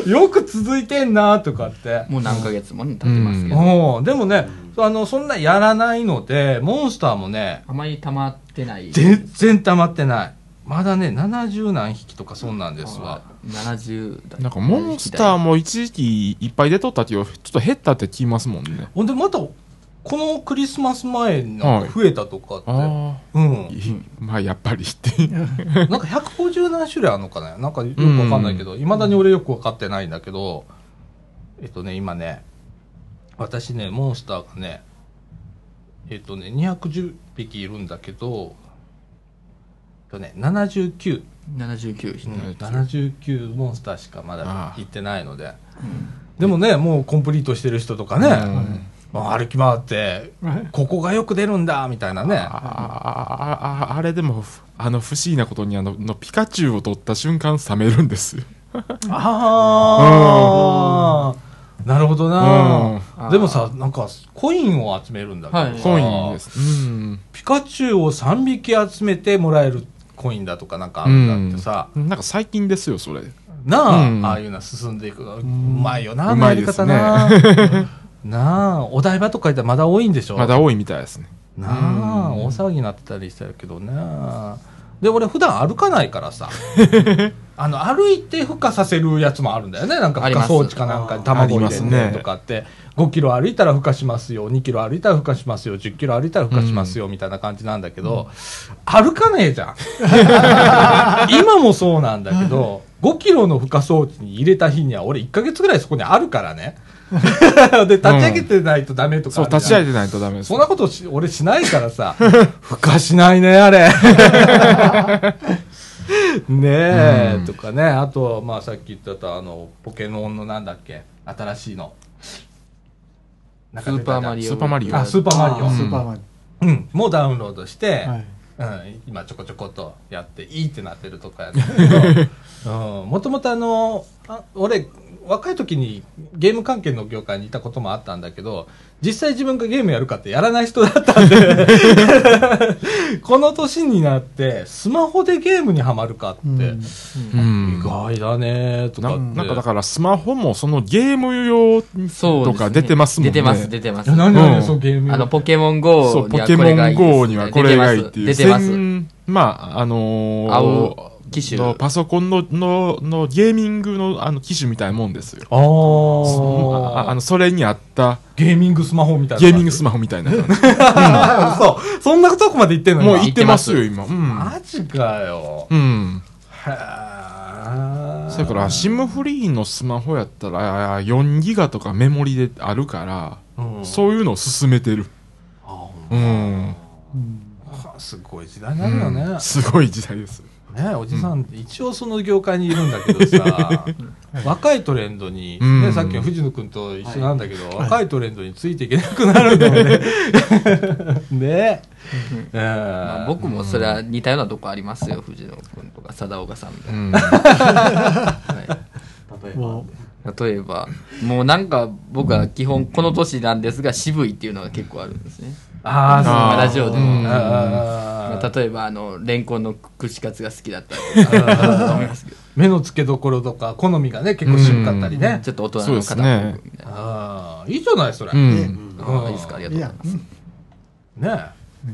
Speaker 1: よく続いてんなとかって。
Speaker 2: もう何ヶ月もね経ってますけど、
Speaker 1: うん、でもね、あの、そんなやらないので、モンスターもね、
Speaker 2: あまり溜まってない
Speaker 1: 全然溜まってない。まだね、70何匹とかそんなんですわ。
Speaker 2: 70代
Speaker 5: なんかモンスターも一時期いっぱい出とったけど、ちょっと減ったって聞きますもんね。
Speaker 1: ほんでまたこのクリスマス前になんか増えたとかって、
Speaker 5: あ
Speaker 1: うん、
Speaker 5: あ、まあやっぱりって。
Speaker 1: なんか150何種類あるのかななんかよくわかんないけどいまだに俺よくわかってないんだけどえっとね今ね私ねモンスターがねえっとね210匹いるんだけどえっとね79、
Speaker 2: 79
Speaker 1: う
Speaker 2: 匹、
Speaker 1: ん
Speaker 2: ね
Speaker 1: 79モンスターしかまだ
Speaker 5: ああ
Speaker 1: 行ってないのででもねもうコンプリートしてる人とかね、
Speaker 5: うん
Speaker 1: まあ、歩き回ってここがよく出るんだみたいなね
Speaker 5: ああああれでもふあの不思議なことにあののピカチュウを取った瞬間冷めるんですよ
Speaker 1: ああ、なるほどな、
Speaker 2: うん
Speaker 1: でもさなんかコインを集めるんだけど、
Speaker 2: はい
Speaker 5: コインですうん
Speaker 1: ピカチュウを3匹集めてもらえるコインだとかなんかあるんだってさ、
Speaker 5: なんか最近ですよそれ
Speaker 1: なあ、
Speaker 5: うん
Speaker 1: ああいうのは進んでいくのうまいよなあ
Speaker 5: う
Speaker 1: の
Speaker 5: ま
Speaker 1: や
Speaker 5: い
Speaker 1: り
Speaker 5: で
Speaker 1: 方
Speaker 5: すね
Speaker 1: な、
Speaker 5: [LAUGHS]
Speaker 1: なあお台場とか行ったらまだ多いんでしょ
Speaker 5: まだ多いみたいですね
Speaker 1: なあ、大騒ぎになってたりしてるけどね。で、俺普段歩かないからさ。あの、歩いて孵化させるやつもあるんだよね。なんか
Speaker 2: あ
Speaker 1: 孵
Speaker 2: り
Speaker 1: 化
Speaker 2: ます
Speaker 1: 装置かなんかに卵入れてねとかって、5キロ歩いたら孵化しますよ、2キロ歩いたら孵化しますよ、10キロ歩いたら孵化しますよ、みたいな感じなんだけど、歩かねえじゃん。今もそうなんだけど、5キロの孵化装置に入れた日には俺1ヶ月ぐらいそこにあるからね。で、立ち上げてないとダメとか
Speaker 5: そ
Speaker 1: あ
Speaker 5: う
Speaker 1: るじゃん。
Speaker 5: 立ち会えてないとダメで
Speaker 1: [LAUGHS]
Speaker 5: す
Speaker 1: そんなことし俺しないからさ、 [LAUGHS] ふかしないね、あれ。 [LAUGHS] ねえ、
Speaker 5: うん
Speaker 1: とかね。あと、まあさっき言ってた、あの、ポケモンのなんだっけ、新しいの。なん
Speaker 2: ス
Speaker 1: か出
Speaker 2: ーパー
Speaker 1: たじゃん
Speaker 2: マリオ
Speaker 5: スーパーマリオ
Speaker 1: あ、スーパーマリオ。
Speaker 4: あ
Speaker 1: うん
Speaker 4: スーパーマリ
Speaker 1: うん、もうダウンロードして、
Speaker 4: オ。はい。
Speaker 1: うん、今ちょこちょことやっていいってなってるとかやってるけ
Speaker 5: [LAUGHS]
Speaker 1: ど、うん、もともとあのあ俺若い時にゲーム関係の業界にいたこともあったんだけど実際自分がゲームやるかってやらない人だったん
Speaker 5: [LAUGHS]
Speaker 1: でこの年になってスマホでゲームにはまるかって、
Speaker 4: うん
Speaker 1: 意
Speaker 5: うん
Speaker 1: 外だねとか
Speaker 5: な
Speaker 1: って
Speaker 5: なんかだからスマホもそのゲーム用
Speaker 2: そう
Speaker 5: と
Speaker 2: ですね
Speaker 5: か出てますもんね
Speaker 2: 出てます出てます
Speaker 1: いや何
Speaker 5: う
Speaker 1: 々
Speaker 5: ん
Speaker 1: そうゲームや
Speaker 2: あ
Speaker 1: る
Speaker 2: のポケモン GO
Speaker 5: そう
Speaker 2: に
Speaker 5: ポ
Speaker 2: は
Speaker 5: ケ
Speaker 2: こ
Speaker 5: モ
Speaker 2: れがいい
Speaker 5: ン
Speaker 2: ですね
Speaker 5: GO にはこれがいいっていう
Speaker 2: 出てます出てま
Speaker 5: 専まああのー
Speaker 2: 青機種
Speaker 5: のパソコンのののゲーミングのあの機種みたいなもんですよ
Speaker 1: あー
Speaker 5: ああのそれにあった
Speaker 1: ゲーミングスマホみたいな
Speaker 5: ゲーミングスマホみ
Speaker 2: [LAUGHS]
Speaker 5: たいなも
Speaker 1: ホ [LAUGHS] そうそんなとこまで言ってんの
Speaker 5: う
Speaker 1: 今
Speaker 5: いってますよ今うん
Speaker 1: マジかよ
Speaker 5: うん
Speaker 1: は
Speaker 5: それから SIM フリーのスマホやったら4ギガとかメモリであるから、
Speaker 1: うん
Speaker 5: そういうのを進めてるうん、
Speaker 1: あすごい時代になるよね,、
Speaker 5: うんすごい時代です
Speaker 1: ねおじさん、一応その業界にいるんだけど
Speaker 5: [LAUGHS]
Speaker 1: さ若いトレンドに、ね
Speaker 5: うん
Speaker 1: さっきの藤野君と一緒なんだけど、若いトレンドについていけなくなるんだよね [LAUGHS] ねえ、
Speaker 2: まあ僕もそれは似たようなとこありますよ藤野君とか貞岡さんみたい
Speaker 5: うん
Speaker 2: な、は
Speaker 7: 例えば
Speaker 4: も
Speaker 2: い、例えばもうなんか僕は基本この年なんですが渋いっていうのが結構あるんですね
Speaker 1: ああそう
Speaker 5: あー
Speaker 2: ラジオでも
Speaker 5: うん
Speaker 1: あ
Speaker 2: ま
Speaker 1: ー
Speaker 2: あ例えばあのレンコンの串カツが好きだったりとか
Speaker 5: [LAUGHS]
Speaker 2: 思いますけど
Speaker 1: 目の付けどころとか好みがね結構渋かったりね、
Speaker 2: ちょっと大人
Speaker 5: そ
Speaker 2: の
Speaker 5: うです
Speaker 2: 方
Speaker 5: ね
Speaker 2: っぽくみたいな
Speaker 1: ああいいじゃないそれ、
Speaker 5: う
Speaker 1: ね
Speaker 5: ん
Speaker 1: うん
Speaker 2: あいいですかありが
Speaker 4: う、
Speaker 2: とう
Speaker 4: い
Speaker 2: ござ
Speaker 4: や
Speaker 2: い、ま
Speaker 4: う
Speaker 2: す
Speaker 4: ん
Speaker 1: え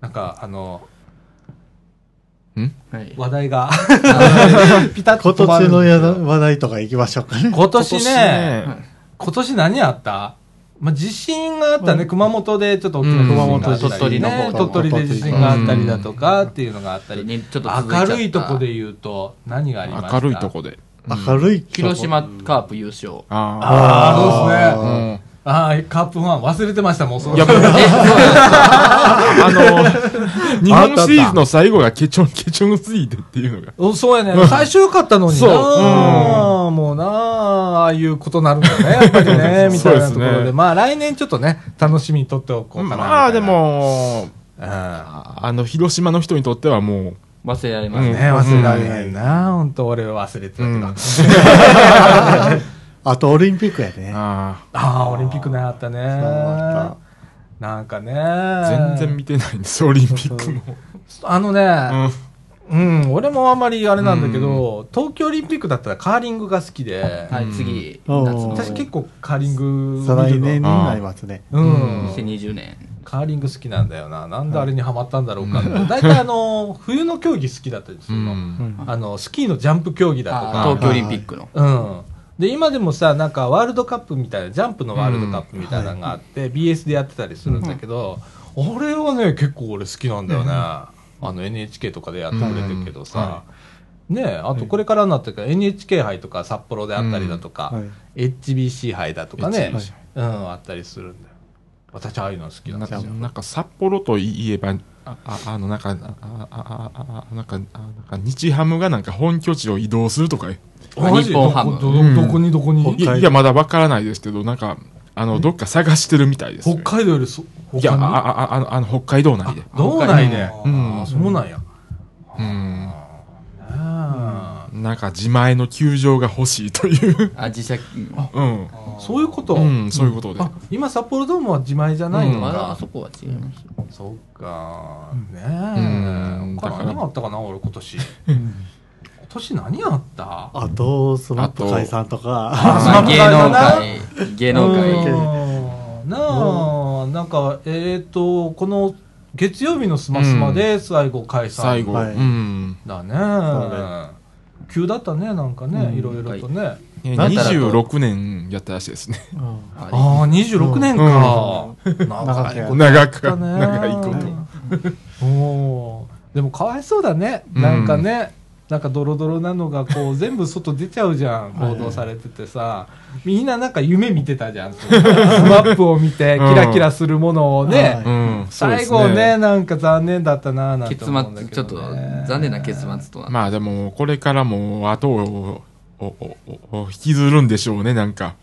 Speaker 1: なんかあの
Speaker 2: はい
Speaker 1: 話題が [LAUGHS] ピタッ
Speaker 4: 今
Speaker 1: と止まる
Speaker 4: 年
Speaker 1: ん
Speaker 4: の
Speaker 1: です
Speaker 4: や
Speaker 1: よ
Speaker 4: だ話題とか行きましょうかね。
Speaker 1: 今年ね
Speaker 5: 今年
Speaker 1: 今年何あった、まあ、地震があったね、熊本でちょっと大きな
Speaker 5: う
Speaker 1: 地
Speaker 5: ん
Speaker 1: 震があったり、ね
Speaker 2: うん
Speaker 1: 鳥取
Speaker 2: 鳥取
Speaker 4: の方
Speaker 1: で地震があったりだとかっていうのがあったり、
Speaker 2: うんちょっと続いちゃっ
Speaker 1: 明
Speaker 2: た
Speaker 1: るいとこで言うと何がありました
Speaker 5: 明るいとこで、
Speaker 4: 明るい曲
Speaker 2: 広島カープ優勝。
Speaker 5: あ
Speaker 1: ああ、
Speaker 5: あ。
Speaker 1: そううですね。
Speaker 5: ん
Speaker 1: ああ、カープファン忘れてました、もうその
Speaker 5: いや、もう、あ [LAUGHS] の、日本シリーズの最後がケチョン、ケチョンすぎてっていうのが。
Speaker 1: おそうやね。最初良かったのにな。
Speaker 5: そう
Speaker 1: うもうなあ、ああいうことなるんだよね。やっぱりね、みたいなところ
Speaker 5: [LAUGHS] そうです
Speaker 1: で。
Speaker 5: ね
Speaker 1: まあ来年ちょっとね、楽しみにとっておこうかな。
Speaker 5: まあ、
Speaker 1: みた
Speaker 5: で
Speaker 1: いな。
Speaker 5: も、
Speaker 1: うん
Speaker 5: あの、広島の人にとってはも
Speaker 2: 忘れられますね。
Speaker 1: ね、忘れられないな。本当俺は忘れてた
Speaker 5: う、う
Speaker 1: け
Speaker 5: ん
Speaker 1: ど。
Speaker 4: あとオリンピックやね。
Speaker 5: あ
Speaker 1: ああ、オリンピックなかったね
Speaker 4: そうだっ。
Speaker 1: なんかね。
Speaker 5: あ、全然見てないんですよ、オリンピックも。
Speaker 1: あの
Speaker 5: う
Speaker 1: ね、
Speaker 5: ん
Speaker 1: うん、俺もあんまりあれなんだけど、東京オリンピックだったらカーリングが好きで、
Speaker 2: はい、次、夏
Speaker 4: うん
Speaker 2: の
Speaker 1: 私結構カーリング
Speaker 4: 再来
Speaker 1: 見て
Speaker 4: 年に
Speaker 1: た
Speaker 4: なりますね。
Speaker 1: うん。
Speaker 2: 2020年。
Speaker 1: カーリング好きなんだよな。なんであれにハマったんだろうかって。大体あの、冬の競技好きだったりす
Speaker 5: う
Speaker 1: るの。
Speaker 5: ん
Speaker 1: あの、スキーのジャンプ競技だと
Speaker 2: あ
Speaker 1: か。
Speaker 2: 東京オリンピックの。
Speaker 1: うん。で、今でもさ、なんかワールドカップみたいな、ジャンプのワールドカップみたいなのがあって、BS でやってたりするんだけど、あれはね、結構俺好きなんだよね。あの NHK とかでやってくれてるけどさ。ねえ、あとこれからになってから NHK 杯とか札幌であったりだとか、
Speaker 4: はい
Speaker 1: HBC 杯だとかね、
Speaker 5: HBC
Speaker 1: うん、あったりするんだよ。私ああいうの好きなん
Speaker 5: な
Speaker 1: ですよ。
Speaker 5: なんか札幌といえば、あああのなんか、ああああなんか、あなんか日ハムがなんか本拠地を移動するとか、い
Speaker 2: あ
Speaker 1: マジ
Speaker 2: 日本ハム
Speaker 1: ど
Speaker 5: うん
Speaker 1: どどこにどこに、
Speaker 5: やいや、まだわからないですけど、なんか、あのどっか探してるみたいですよ。
Speaker 1: 北海道よりそ
Speaker 5: いや、
Speaker 1: 他
Speaker 5: あ
Speaker 1: に
Speaker 5: あああのあの北海道内で。
Speaker 1: 道内で、
Speaker 5: うん
Speaker 1: あそうなんや、
Speaker 5: うん
Speaker 1: あ
Speaker 5: なんか自前の球場が欲しいという。
Speaker 2: あ、自社、
Speaker 5: うん。
Speaker 1: あそういうこと、
Speaker 5: うん、そういうことで。
Speaker 1: あ今札幌ドームは自前じゃないの
Speaker 2: まだあ
Speaker 1: か、
Speaker 2: そこは違います。
Speaker 1: そっかねえ、
Speaker 5: うん
Speaker 1: 他
Speaker 5: だから
Speaker 1: 何があったかな俺今年
Speaker 5: [LAUGHS]
Speaker 1: 今年何あった
Speaker 4: あと、スマップ解散とか。
Speaker 2: まあ芸能界、芸能界。
Speaker 1: うんなあなんかえっ、とこの月曜日のスマスマで最後解散、
Speaker 5: 最後。
Speaker 4: はい
Speaker 5: うん。
Speaker 1: だね
Speaker 4: そ
Speaker 1: 急だったねなんかね、
Speaker 4: うん
Speaker 1: いろいろとね、
Speaker 5: え
Speaker 2: なんだろう
Speaker 5: 26年やったらしいですね。 [LAUGHS]
Speaker 4: うん
Speaker 1: ああ、26年か。長いことや
Speaker 5: 長
Speaker 1: っ
Speaker 5: く、
Speaker 1: たね。
Speaker 5: 長いこと。
Speaker 1: と。おーでもかわいそうだね。なんかね、なんかドロドロなのがこう全部外出ちゃうじゃん。報道されててさ。みんななんか夢見てたじゃん。スマップを見て、キラキラするものをね
Speaker 4: は。い
Speaker 5: うん。そうで
Speaker 1: 最
Speaker 5: す
Speaker 1: 後ね、。なんか残念だったなぁなんて
Speaker 2: 結
Speaker 1: 思うんだ
Speaker 2: 末、
Speaker 1: け
Speaker 2: ち
Speaker 1: ど
Speaker 2: ょっ
Speaker 1: ね
Speaker 2: と残念な結末とな
Speaker 5: まあでも、これからも、後を、おおおお引きずるんでしょうね、なんか。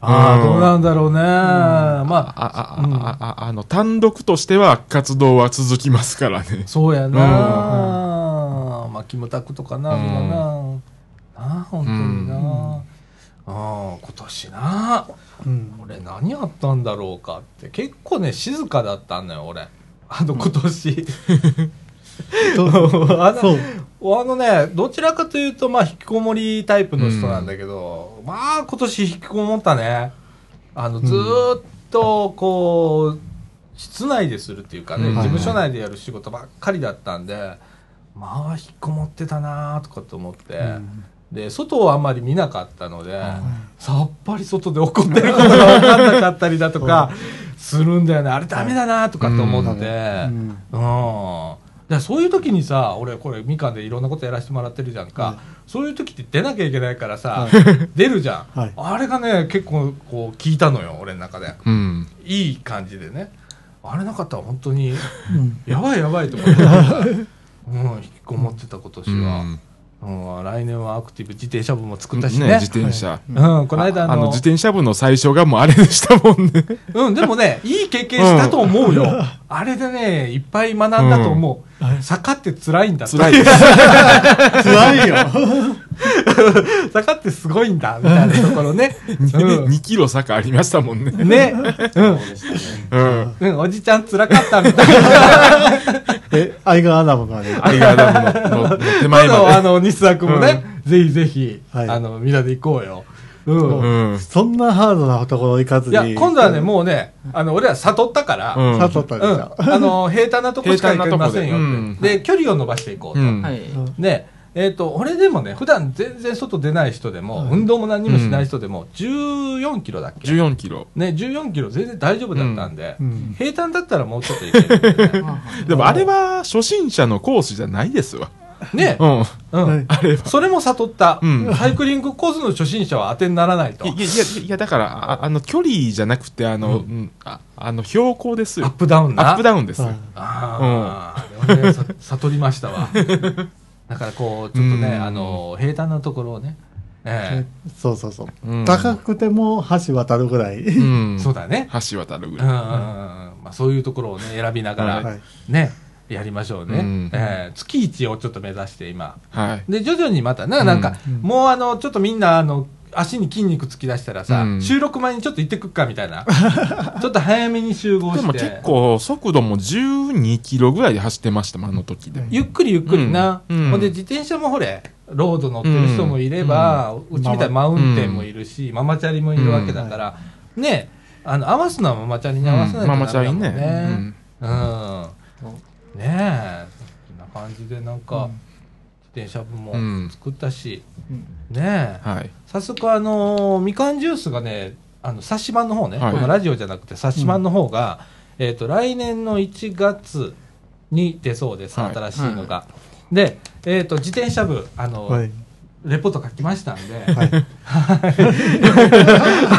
Speaker 1: ああ、
Speaker 5: うん
Speaker 1: どうなんだろうね。まあ、
Speaker 5: あ、あ、あ、あ、あの、単独としては活動は続きますからね。
Speaker 1: そうやな、まあキムタクとかな、
Speaker 5: うん
Speaker 1: みんなななあ本当にな、ああ今年な
Speaker 4: うん
Speaker 1: 俺何やったんだろうかって結構ね静かだったのよ俺あの今年、 [LAUGHS] あの
Speaker 4: そう。
Speaker 1: あのねどちらかというとまあ引きこもりタイプの人なんだけど、まあ今年引きこもったねあのずーっとこう室内でするっていうかね、
Speaker 5: うん
Speaker 1: 事務所内でやる仕事ばっかりだったんで、まあ引きこもってたなーとかと思って、で外をあんまり見なかったので、さっぱり外で怒ってることが分かんなかったりだと
Speaker 4: [LAUGHS]
Speaker 1: かするんだよねあれダメだなーとかと思って、
Speaker 4: うん
Speaker 1: うん。でそういう時にさ、俺これみかんでいろんなことやらせてもらってるじゃんか。そういう時って出なきゃいけないからさ、出るじゃん、
Speaker 4: はい
Speaker 1: あれがね、結構こう効いたのよ、俺の中で。
Speaker 5: うん。
Speaker 1: いい感じでね。あれなかったら本当に、
Speaker 4: うん
Speaker 1: やばいやばいとか思ってた。うん、引きこもってた今年は、うん来年はアクティブ自転車部も作ったしね。
Speaker 5: ね、自転車。
Speaker 1: うん、この間
Speaker 5: あ
Speaker 1: あの
Speaker 5: あの自転車部の最初がもうあれでしたもんね。
Speaker 1: うん、でもね、いい経験したと思うよ。あれでね、いっぱい学んだと思う。坂って辛いんだって
Speaker 5: 辛いです。
Speaker 4: 辛いよ。
Speaker 1: 坂ってすごいんだ、みたいなところね。う
Speaker 5: 2キロ坂ありましたもんね。
Speaker 1: ん、ね、
Speaker 5: うん。
Speaker 1: うん、おじちゃん辛かったみたいな。
Speaker 4: え、アイガーアダムがね。
Speaker 5: アイガーダムののの手
Speaker 1: あ
Speaker 5: 前
Speaker 1: の、あ
Speaker 5: まで。
Speaker 1: の、西田君もね、ぜひぜひ、
Speaker 4: はい
Speaker 1: あの、みんなで行こうよ。うん。
Speaker 5: うん。
Speaker 4: そんなハードなところ行かず
Speaker 1: い
Speaker 4: に。
Speaker 1: や、今度はね、もうね、あの、俺は悟ったから、う。
Speaker 5: うんん。
Speaker 4: 悟ったんですよ。
Speaker 1: あの、平坦なとこしか行けませんよって。
Speaker 5: 平坦なとこ
Speaker 1: で距離を伸ばしていこうと。
Speaker 5: うん。
Speaker 2: はい。
Speaker 1: で、えっ、と、俺でもね、普段全然外出ない人でも、運動も何にもしない人でも、14キロだっけ
Speaker 5: 14キロ。
Speaker 1: ね、14キロ全然大丈夫だったんで、
Speaker 4: ん
Speaker 5: [LAUGHS]
Speaker 1: 平坦だったらもうちょっといけるんでね、
Speaker 5: でもあれは初心者のコースじゃないですわ。
Speaker 1: ね
Speaker 5: うん。
Speaker 1: うん
Speaker 4: はい
Speaker 5: あれは。
Speaker 1: それも悟った、
Speaker 5: うん
Speaker 1: サイクリングコースの初心者は当てにならないと
Speaker 5: いや、いや、いやいや、だから、ああの、距離じゃなくて、あの、うんああの、標高です
Speaker 1: アッ
Speaker 5: よ。
Speaker 1: プダウンな
Speaker 5: アップダウンですよ。
Speaker 1: ああ、俺さ悟りましたわだからこうちょっとね、
Speaker 5: うん
Speaker 1: あの平坦なところをね、え
Speaker 4: そうそうそう、
Speaker 5: うん
Speaker 4: 高くても橋渡るぐらい、
Speaker 5: うん
Speaker 1: えそうだね、
Speaker 5: 橋渡るぐ
Speaker 1: うんうんうん
Speaker 5: らい。
Speaker 1: まあ、そういうところをね選びながら、
Speaker 4: はい
Speaker 1: ねやりましょうね、
Speaker 5: うん
Speaker 1: ええ月一をちょっと目指して今
Speaker 5: はい。
Speaker 1: で徐々にまたななんか、もうあのちょっとみんなあの足に筋肉つき出したらさ、
Speaker 5: うん
Speaker 1: 収録前にちょっと行ってくっかみたいなちょっと早めに集合して
Speaker 5: でも結構、速度も12キロぐらいで走ってましたもん、あの時で。
Speaker 1: ゆっくりゆっくりな、
Speaker 5: うんうん
Speaker 1: ほんで自転車もほれロード乗ってる人もいれば、うちみたいにマウンテンもいるし、ママチャリもいるわけだから、ねあの合わすのはママチャリに合わせないと
Speaker 5: マ
Speaker 1: ダメ
Speaker 5: マチャ
Speaker 1: だ
Speaker 5: リ
Speaker 1: もん
Speaker 5: ね。
Speaker 1: ねうん、ねえそんな感じでなんか、自転車部も
Speaker 5: うん
Speaker 1: 作ったし、ねえ
Speaker 5: うんはい。
Speaker 1: 早速あのーみかんジュースがねあのサッシ版の方ね、
Speaker 5: はい
Speaker 1: このラジオじゃなくてサッシ版の方が、えっ、と来年の1月に出そうです、
Speaker 5: はい
Speaker 1: 新しいのが、で、えっと自転車部あの、
Speaker 4: はい
Speaker 1: レポート書きましたんで、
Speaker 4: はい
Speaker 1: [LAUGHS]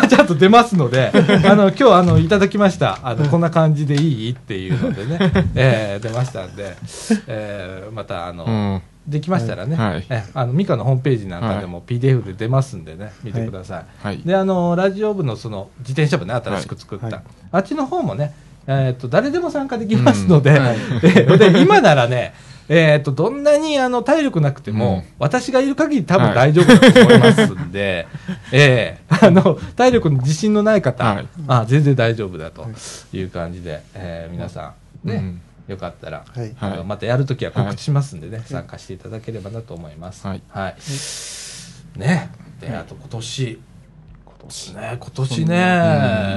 Speaker 1: ちゃんと出ますので、あの今日あのいただきましたあの、こんな感じでいいっていうのでね、えー出ましたんで、えーまたあの、
Speaker 5: うん。
Speaker 1: できましたらね、
Speaker 5: はい
Speaker 1: えあのミカのホームページなんかでも PDF で出ますんでね、見てください。
Speaker 5: はい。
Speaker 1: であのラジオ部のその自転車部ね新しく作った、
Speaker 4: はいはい
Speaker 1: あっちの方もね、えー、と誰でも参加できますので,、
Speaker 2: うんはい
Speaker 1: で今ならね、えー、とどんなにあの体力なくても、
Speaker 5: うん
Speaker 1: 私がいる限り多分大丈夫だと思いますん
Speaker 5: [LAUGHS]
Speaker 1: で、えーあの体力に自信のない方、
Speaker 5: はい
Speaker 1: あ全然大丈夫だという感じで、えー皆さん、ね
Speaker 5: うん
Speaker 1: よかったら。
Speaker 4: はい
Speaker 1: あの
Speaker 5: はい
Speaker 1: またやるときは告知しますんでね、参加していただければなと思います。
Speaker 5: はい
Speaker 1: ね、であと今年、今年ね、今年ね、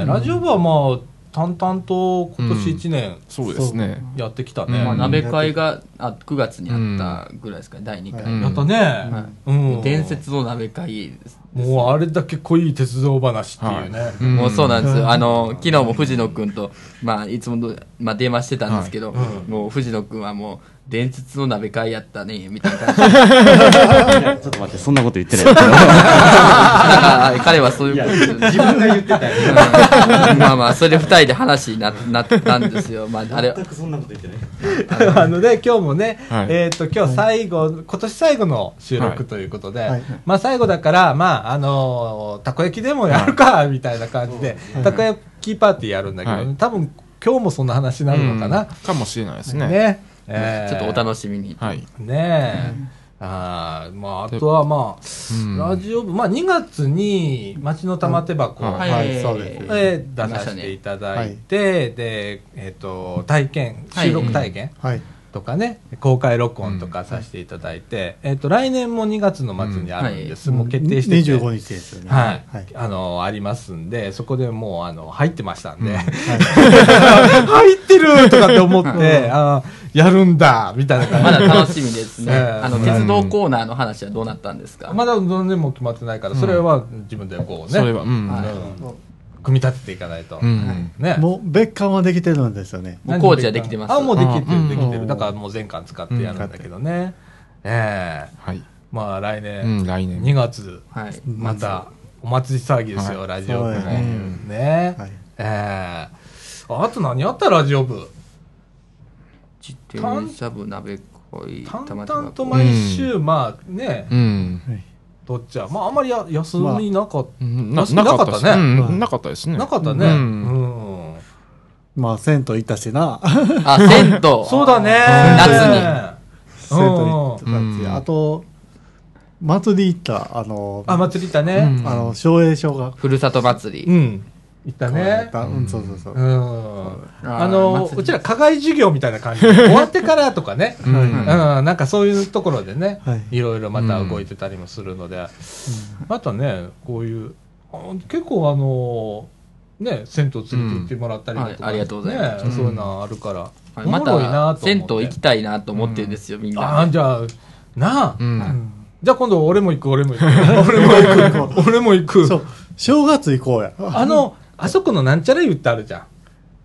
Speaker 1: ラジオ部はまあ淡々と今年一年
Speaker 5: そうですね。
Speaker 1: やってきた
Speaker 5: うん
Speaker 2: まあ、
Speaker 1: ね。
Speaker 2: 鍋会があ9月にあったぐらいですかね、第2
Speaker 5: う
Speaker 2: 回、
Speaker 5: ん
Speaker 1: やったね。うん。
Speaker 2: 伝。説の鍋会です、
Speaker 1: もうあれだけ濃い鉄道話っていうね。
Speaker 5: ん
Speaker 2: もうそうなんですよあの昨日も藤野君と、まあ、いつもど、まあ、電話してたんですけど、もう藤野君はもう伝説の鍋会やったねみたいな感じで
Speaker 3: ちょっと待って、そんなこと言ってないです
Speaker 2: な
Speaker 3: よ。
Speaker 2: んか彼はそういうことです
Speaker 7: 分が言ってたよ。
Speaker 2: まあまあそれで2人で話にななったんですよ、まあ、あれ
Speaker 7: 全くそんなこと言ってない。
Speaker 1: あのね、今日もね、
Speaker 5: はい
Speaker 1: えっ、と、今日最後、今年最後の収録ということで、
Speaker 4: はい
Speaker 1: まあ最後だから、まあ、あのーたこ焼きでもやるか、みたいな感じで、たこ焼きパーティーやるんだけど、ね
Speaker 5: はい
Speaker 1: 多分今日もそんな話になるのかな。
Speaker 5: うんかもしれないですね。
Speaker 1: ね。え
Speaker 2: ちょっとお楽しみに、
Speaker 5: はい。
Speaker 1: み。ねえ。あーまあ、あとはまあ、
Speaker 5: うん
Speaker 1: ラジオ部、まあ2月に町の玉手箱、
Speaker 5: はい
Speaker 4: はいそうです
Speaker 1: えー出させていただいて、で、えっ、と、体験、
Speaker 2: はい
Speaker 1: 収録体験、
Speaker 4: はい
Speaker 1: とかね公開録音とかさせていただいて、えっと来年も2月の末にあるんです、もう決定してて
Speaker 4: 25日ですよね
Speaker 1: はい、
Speaker 4: はい
Speaker 1: あのありますんでそこでもうあの入ってましたんで、 [LAUGHS] 入ってるとかって思ってあーやるんだみたいな
Speaker 2: ま
Speaker 1: 感
Speaker 2: だ
Speaker 1: じ
Speaker 2: 楽しみですね、
Speaker 1: ええ
Speaker 2: あの鉄道コーナーの話はどうなったんですか、
Speaker 1: まだ何年も決まってないからそれは自分でこうね、
Speaker 5: それは、うん。
Speaker 1: うん組み立てていかないと、
Speaker 5: うん。
Speaker 1: ね
Speaker 4: もう別館はできてるんですよね
Speaker 2: もうコーチはできてます
Speaker 1: あもうできて
Speaker 5: うん
Speaker 1: るできて
Speaker 4: う
Speaker 1: る
Speaker 4: ん
Speaker 1: だからもう全巻使ってやるんだけどね、ええ
Speaker 5: はい。
Speaker 1: まあ来
Speaker 5: う
Speaker 1: 年、
Speaker 5: ん、来年。
Speaker 1: 2月
Speaker 2: はい、
Speaker 1: またお祭り騒ぎですよ、ラジオ部も、
Speaker 4: そうだよ
Speaker 1: ね、
Speaker 4: はい
Speaker 1: えーあと何あったラジオ部
Speaker 2: 自転車部鍋恋
Speaker 1: 淡
Speaker 2: 玉
Speaker 1: 々と
Speaker 2: 手箱
Speaker 1: 毎週、まあね
Speaker 5: うん。
Speaker 1: どっちはまああんまりや休みなかっ
Speaker 5: うん
Speaker 1: ななかった
Speaker 5: です
Speaker 1: ね
Speaker 5: うんなかったです
Speaker 1: た、
Speaker 5: ね。
Speaker 1: なかったねう
Speaker 5: うん
Speaker 1: ん、
Speaker 4: まあ銭湯行ったしな
Speaker 2: あ銭湯
Speaker 1: そうだね
Speaker 4: 銭湯行ったし、
Speaker 5: うん
Speaker 4: あと祭り行ったあの
Speaker 1: あ祭り行ったね
Speaker 4: あの昭栄小学
Speaker 2: ふるさと祭
Speaker 1: うん、行
Speaker 2: り、
Speaker 1: った
Speaker 4: 校や
Speaker 1: ね
Speaker 4: ったうんそうそうそう
Speaker 1: う、んあ
Speaker 2: あー
Speaker 1: の
Speaker 2: 祭り
Speaker 1: うちら課外授業みたいな
Speaker 2: [LAUGHS]
Speaker 1: 感じで終わってからとかね、
Speaker 5: うん
Speaker 1: うん、
Speaker 5: は
Speaker 1: なんかそういうところでね、、
Speaker 4: はい
Speaker 1: ろいろまた動いてたりもするので、またねこういうあ結構あのね銭湯連れて行ってもらったりだとか、
Speaker 2: うんはいありがとうございます
Speaker 1: ねそういうのあるから、
Speaker 2: はい
Speaker 1: お
Speaker 2: ま
Speaker 1: もろいな
Speaker 2: た
Speaker 1: と思って
Speaker 2: 銭湯行きたいなと思ってるんですよ、みん
Speaker 1: あ
Speaker 2: な
Speaker 1: あじゃあなあ、
Speaker 5: うん
Speaker 1: じゃあ今度俺も行く俺も行
Speaker 2: [LAUGHS]
Speaker 1: く俺も行く [LAUGHS] 俺も行く
Speaker 4: そう正月行こうや
Speaker 1: あのあそこのなんちゃら湯ってあるじゃん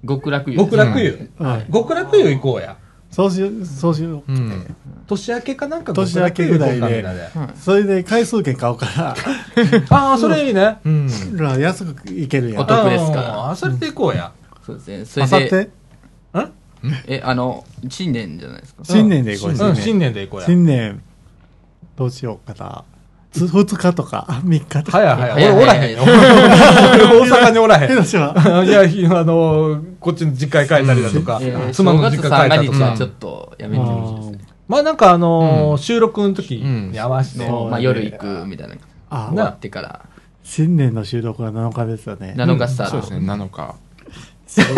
Speaker 2: 極楽湯
Speaker 1: 極楽湯、
Speaker 4: はい
Speaker 1: 極楽湯行こうや
Speaker 4: そうしよう、そうしよう。
Speaker 5: うん。
Speaker 1: 年明けかなんか
Speaker 4: 年明けぐらいでそれで回数券買う [LAUGHS] か
Speaker 1: ああそれいいね
Speaker 5: うん。
Speaker 4: ら、安くいけるや
Speaker 2: お
Speaker 4: ん。あ
Speaker 2: 得ですから
Speaker 1: あーそれでいこうや
Speaker 2: そうですね。
Speaker 4: さ
Speaker 2: そ
Speaker 4: っ
Speaker 2: れで、
Speaker 4: て
Speaker 2: え、あの、新年じゃないですか。
Speaker 4: 新年で行こう、
Speaker 1: う
Speaker 4: 新
Speaker 1: ん
Speaker 4: 年。
Speaker 1: 新年でいこうや
Speaker 4: 新年、どうしようかな。つ2日とか、3日と [LAUGHS] か。
Speaker 1: 早い早い
Speaker 2: 早い
Speaker 1: 俺おらへんよ俺 [LAUGHS] 大阪にお
Speaker 4: [LAUGHS]
Speaker 1: らへん
Speaker 4: 広島。
Speaker 1: いやひあのこっちの実家へ帰ったりだとか、
Speaker 2: えー
Speaker 1: 妻
Speaker 2: 正
Speaker 1: の
Speaker 2: 月
Speaker 1: 実家
Speaker 2: 三
Speaker 1: 帰った
Speaker 2: が
Speaker 1: りと
Speaker 2: 日は
Speaker 1: か
Speaker 2: ちょっとやめてほしいですね。
Speaker 1: まあなんかあのー
Speaker 5: うん
Speaker 1: 収録の時に合わせて、
Speaker 4: うんそう
Speaker 2: まあ夜行くみたいな。
Speaker 4: あ
Speaker 2: 終わってから。
Speaker 4: 新年の収録は7日ですよね。
Speaker 2: 7日スタ
Speaker 5: そう
Speaker 2: ー
Speaker 5: です
Speaker 2: ト。
Speaker 5: ね、7日。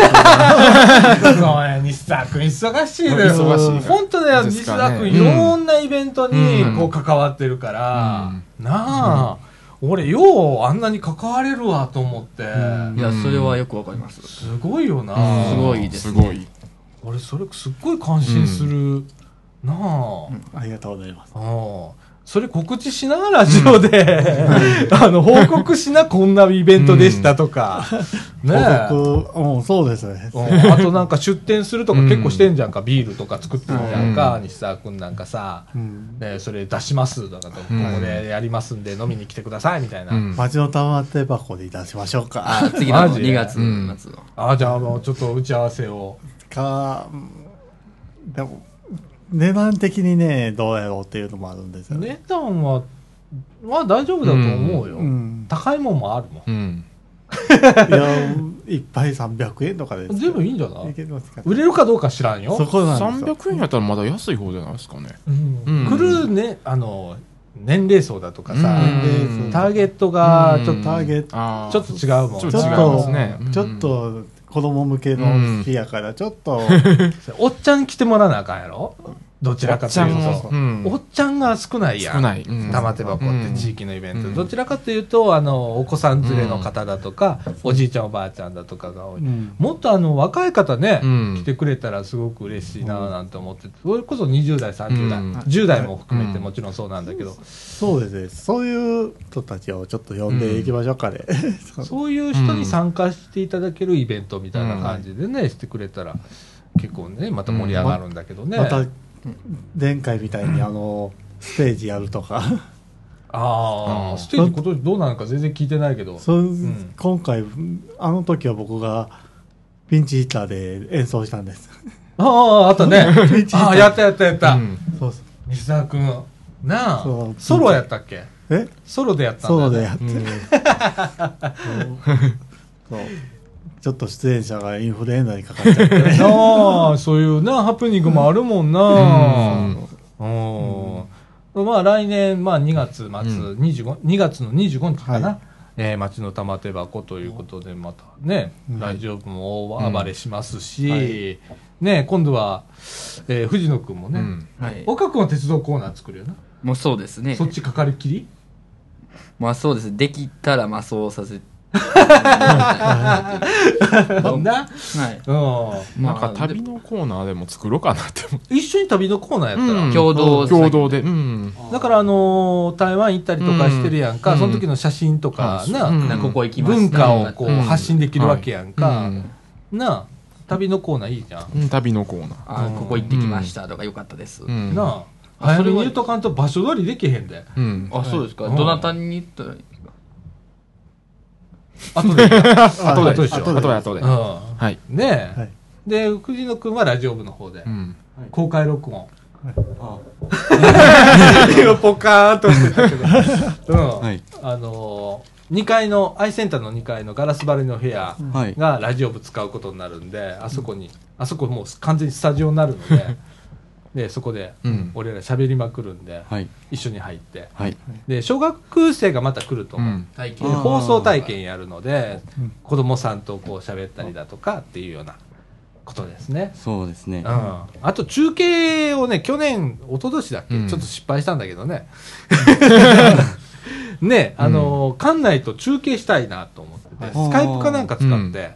Speaker 1: そう西田君忙しいのよ
Speaker 5: 忙しいから
Speaker 1: 本当だよ、
Speaker 5: です
Speaker 1: 西
Speaker 5: か
Speaker 1: 田
Speaker 5: ね
Speaker 1: 君いろんなイベントに
Speaker 5: うん
Speaker 1: こう関わってるから、なあ、俺ようあんなに関われるわと思って、
Speaker 2: いや、それはよくわかります。
Speaker 1: すごいよな、
Speaker 5: うん
Speaker 2: すごいです
Speaker 5: す
Speaker 2: ね
Speaker 5: ごい。
Speaker 1: 俺それすっごい感心する、なあ、
Speaker 4: ありがとうございます。
Speaker 1: ああそれ告知しながらラジオで、 [LAUGHS] あの報告しなこんなイベントでしたとか、ねえ
Speaker 4: 僕、うん、そうですね。
Speaker 1: うんあとなんか出店するとか結構してんじゃんか、ビールとか作ってんじゃんか、
Speaker 5: うん
Speaker 1: 西澤君なんかさ、
Speaker 4: うん。
Speaker 1: ね、それ出しますとかこ
Speaker 5: うん
Speaker 1: こでやりますんで飲みに来てくださいみたいな、
Speaker 5: うん。
Speaker 4: 町の玉手箱で出しましょうか。
Speaker 2: あ [LAUGHS] 次の
Speaker 1: マジ
Speaker 2: 2月末の。
Speaker 1: ああじゃあもうちょっと打ち合わせを
Speaker 4: か、うんでも、値段的にね、どうやろうっていうのもあるんですよね。
Speaker 1: 値段はまあ大丈夫だと思うよ、
Speaker 4: うん。
Speaker 1: 高いもんもあるもん
Speaker 5: うん。
Speaker 4: いや、いっぱい300円とかです。
Speaker 1: 全部いいんじゃない
Speaker 4: いけますか
Speaker 1: 売れるかどうか知らんよ
Speaker 4: そ、こなんですよ。
Speaker 5: 300円やったらまだ安い方じゃないですかね。
Speaker 1: うん
Speaker 5: う
Speaker 1: 来
Speaker 5: ん
Speaker 1: るねあの年齢層だとかさ、
Speaker 4: うん
Speaker 1: ターゲットがちょっと、
Speaker 4: ターゲット
Speaker 5: ト
Speaker 1: ちょっと違うもん
Speaker 5: ちょっと
Speaker 4: ちょ
Speaker 5: 違
Speaker 4: っ
Speaker 5: い
Speaker 4: と
Speaker 5: ますね。
Speaker 4: ちょっ
Speaker 5: うん、
Speaker 4: と子供向けの好きやから、ちょっと、
Speaker 1: おっちゃん来てもらわなあかんやろどちらかというと
Speaker 5: おっちゃんもうん
Speaker 1: おっちゃんが少ないやん
Speaker 5: 少ないうん
Speaker 1: 玉手箱って地域のイベント、
Speaker 5: うん
Speaker 1: どちらかというとあのお子さん連れの方だとか、おじいちゃんおばあちゃんだとかが多い、
Speaker 4: うん
Speaker 1: もっとあの若い方ね、
Speaker 5: うん
Speaker 1: 来てくれたらすごく嬉しいなあなんて思っててそれこそ20代30代、
Speaker 5: うん
Speaker 1: 10代も含めて
Speaker 5: うん
Speaker 1: もちろんそうなんだけど、
Speaker 4: そうですね、そういう人たちをちょっと呼んでいきましょうかね。
Speaker 1: そういう人に参加していただけるイベントみたいな感じでね、してくれたら結構ねまた盛り上がるんだけどね、
Speaker 4: また、前回みたいに、あの、ステージやるとか、
Speaker 1: あ
Speaker 5: う
Speaker 1: あ、
Speaker 5: ん
Speaker 1: ステージ今年どうなのか全然聞いてないけど。
Speaker 4: そう
Speaker 1: うん
Speaker 4: 今回、あの時は僕がピンチヒッターで演奏したんです。
Speaker 1: ああ、あった
Speaker 4: [LAUGHS]
Speaker 1: ね。ああ、やったやったやった。
Speaker 5: うん
Speaker 4: そうそう
Speaker 1: 西澤くん。なあ
Speaker 4: そう、
Speaker 1: ソロやったっけ
Speaker 4: え
Speaker 1: ソロでやったんだ
Speaker 4: ソ
Speaker 1: よ
Speaker 4: ロ
Speaker 1: ね。
Speaker 4: でやって、そうちょっと出演者がインフルエンザにかかっちゃって、
Speaker 1: な [LAUGHS] あ、そういうな、ハプニングもあるもんな。うん。まあ来年、まあ2月末、25、2月の25日か
Speaker 4: は
Speaker 1: な。えー町の玉手箱ということで、またね、大丈夫も大暴れしますし、ね、今度は、えー藤野くんも
Speaker 5: う
Speaker 1: ね、
Speaker 5: ん。
Speaker 2: はい。
Speaker 1: 岡くんは鉄道コーナー作るよな。
Speaker 2: もうそうですね
Speaker 1: そ。っちかかりっきり
Speaker 2: まあそうです。できたら、まあそうさせて。
Speaker 1: [LAUGHS] な、
Speaker 2: はい。
Speaker 1: う
Speaker 5: なんか旅のコーナーでも作ろうかなって思って。
Speaker 1: ん、一緒に旅のコーナーやったら、
Speaker 5: うん
Speaker 2: 共同
Speaker 5: 共同で。うん。
Speaker 1: だからあのー台湾行ったりとかしてるやんか、
Speaker 5: うん
Speaker 1: その時の写真とか
Speaker 5: うん
Speaker 1: な、
Speaker 5: うん
Speaker 2: なんかここ行きます
Speaker 1: 文化をこう
Speaker 5: うん
Speaker 1: 発信できるわけやんか、
Speaker 5: うん
Speaker 1: なあ旅のコーナーいいじゃん、
Speaker 5: うん旅のコーナー。
Speaker 2: あここ行ってきましたとかよかったです。
Speaker 5: うん
Speaker 1: なあ
Speaker 2: あ
Speaker 1: 早
Speaker 2: そ
Speaker 1: め
Speaker 2: れは
Speaker 1: に言うとかんと場所取りできへんで
Speaker 5: うん。
Speaker 2: あ、そうですか。
Speaker 1: うん
Speaker 2: どなたに言ったらいいですか
Speaker 1: 後で
Speaker 5: [LAUGHS]
Speaker 4: 後
Speaker 1: 後
Speaker 4: で
Speaker 1: ででしょ
Speaker 5: あとで、あとで。は
Speaker 1: う
Speaker 5: い。
Speaker 1: ん、ねえ、
Speaker 4: はい
Speaker 1: で藤野くんはラジオ部の方で、
Speaker 5: うん。
Speaker 1: 公開録音
Speaker 7: あ
Speaker 1: [LAUGHS] 今ポカーンとしてたけど、うん
Speaker 3: はい
Speaker 1: あのー、2階のアイセンターの2階のガラス張りの部屋
Speaker 3: はい
Speaker 1: がラジオ部使うことになるんであそこにあそこもう完全にスタジオになるのででそこで
Speaker 5: うん
Speaker 1: 俺ら喋りまくるんで、
Speaker 3: はい
Speaker 1: 一緒に入って
Speaker 3: はい
Speaker 1: で小学生がまた来ると
Speaker 5: う
Speaker 1: 思う、
Speaker 5: ん。
Speaker 2: 体
Speaker 1: で放送体験やるので子供さんとこう喋ったりだとかっていうようなことですね。
Speaker 3: そうですね
Speaker 1: うん、あと中継をね、去年、一昨年だっけ、
Speaker 5: うん
Speaker 1: ちょっと失敗したんだけどね。ね、あのー館内と中継したいなと思ってて、
Speaker 3: ー
Speaker 1: スカイプかなんか使って、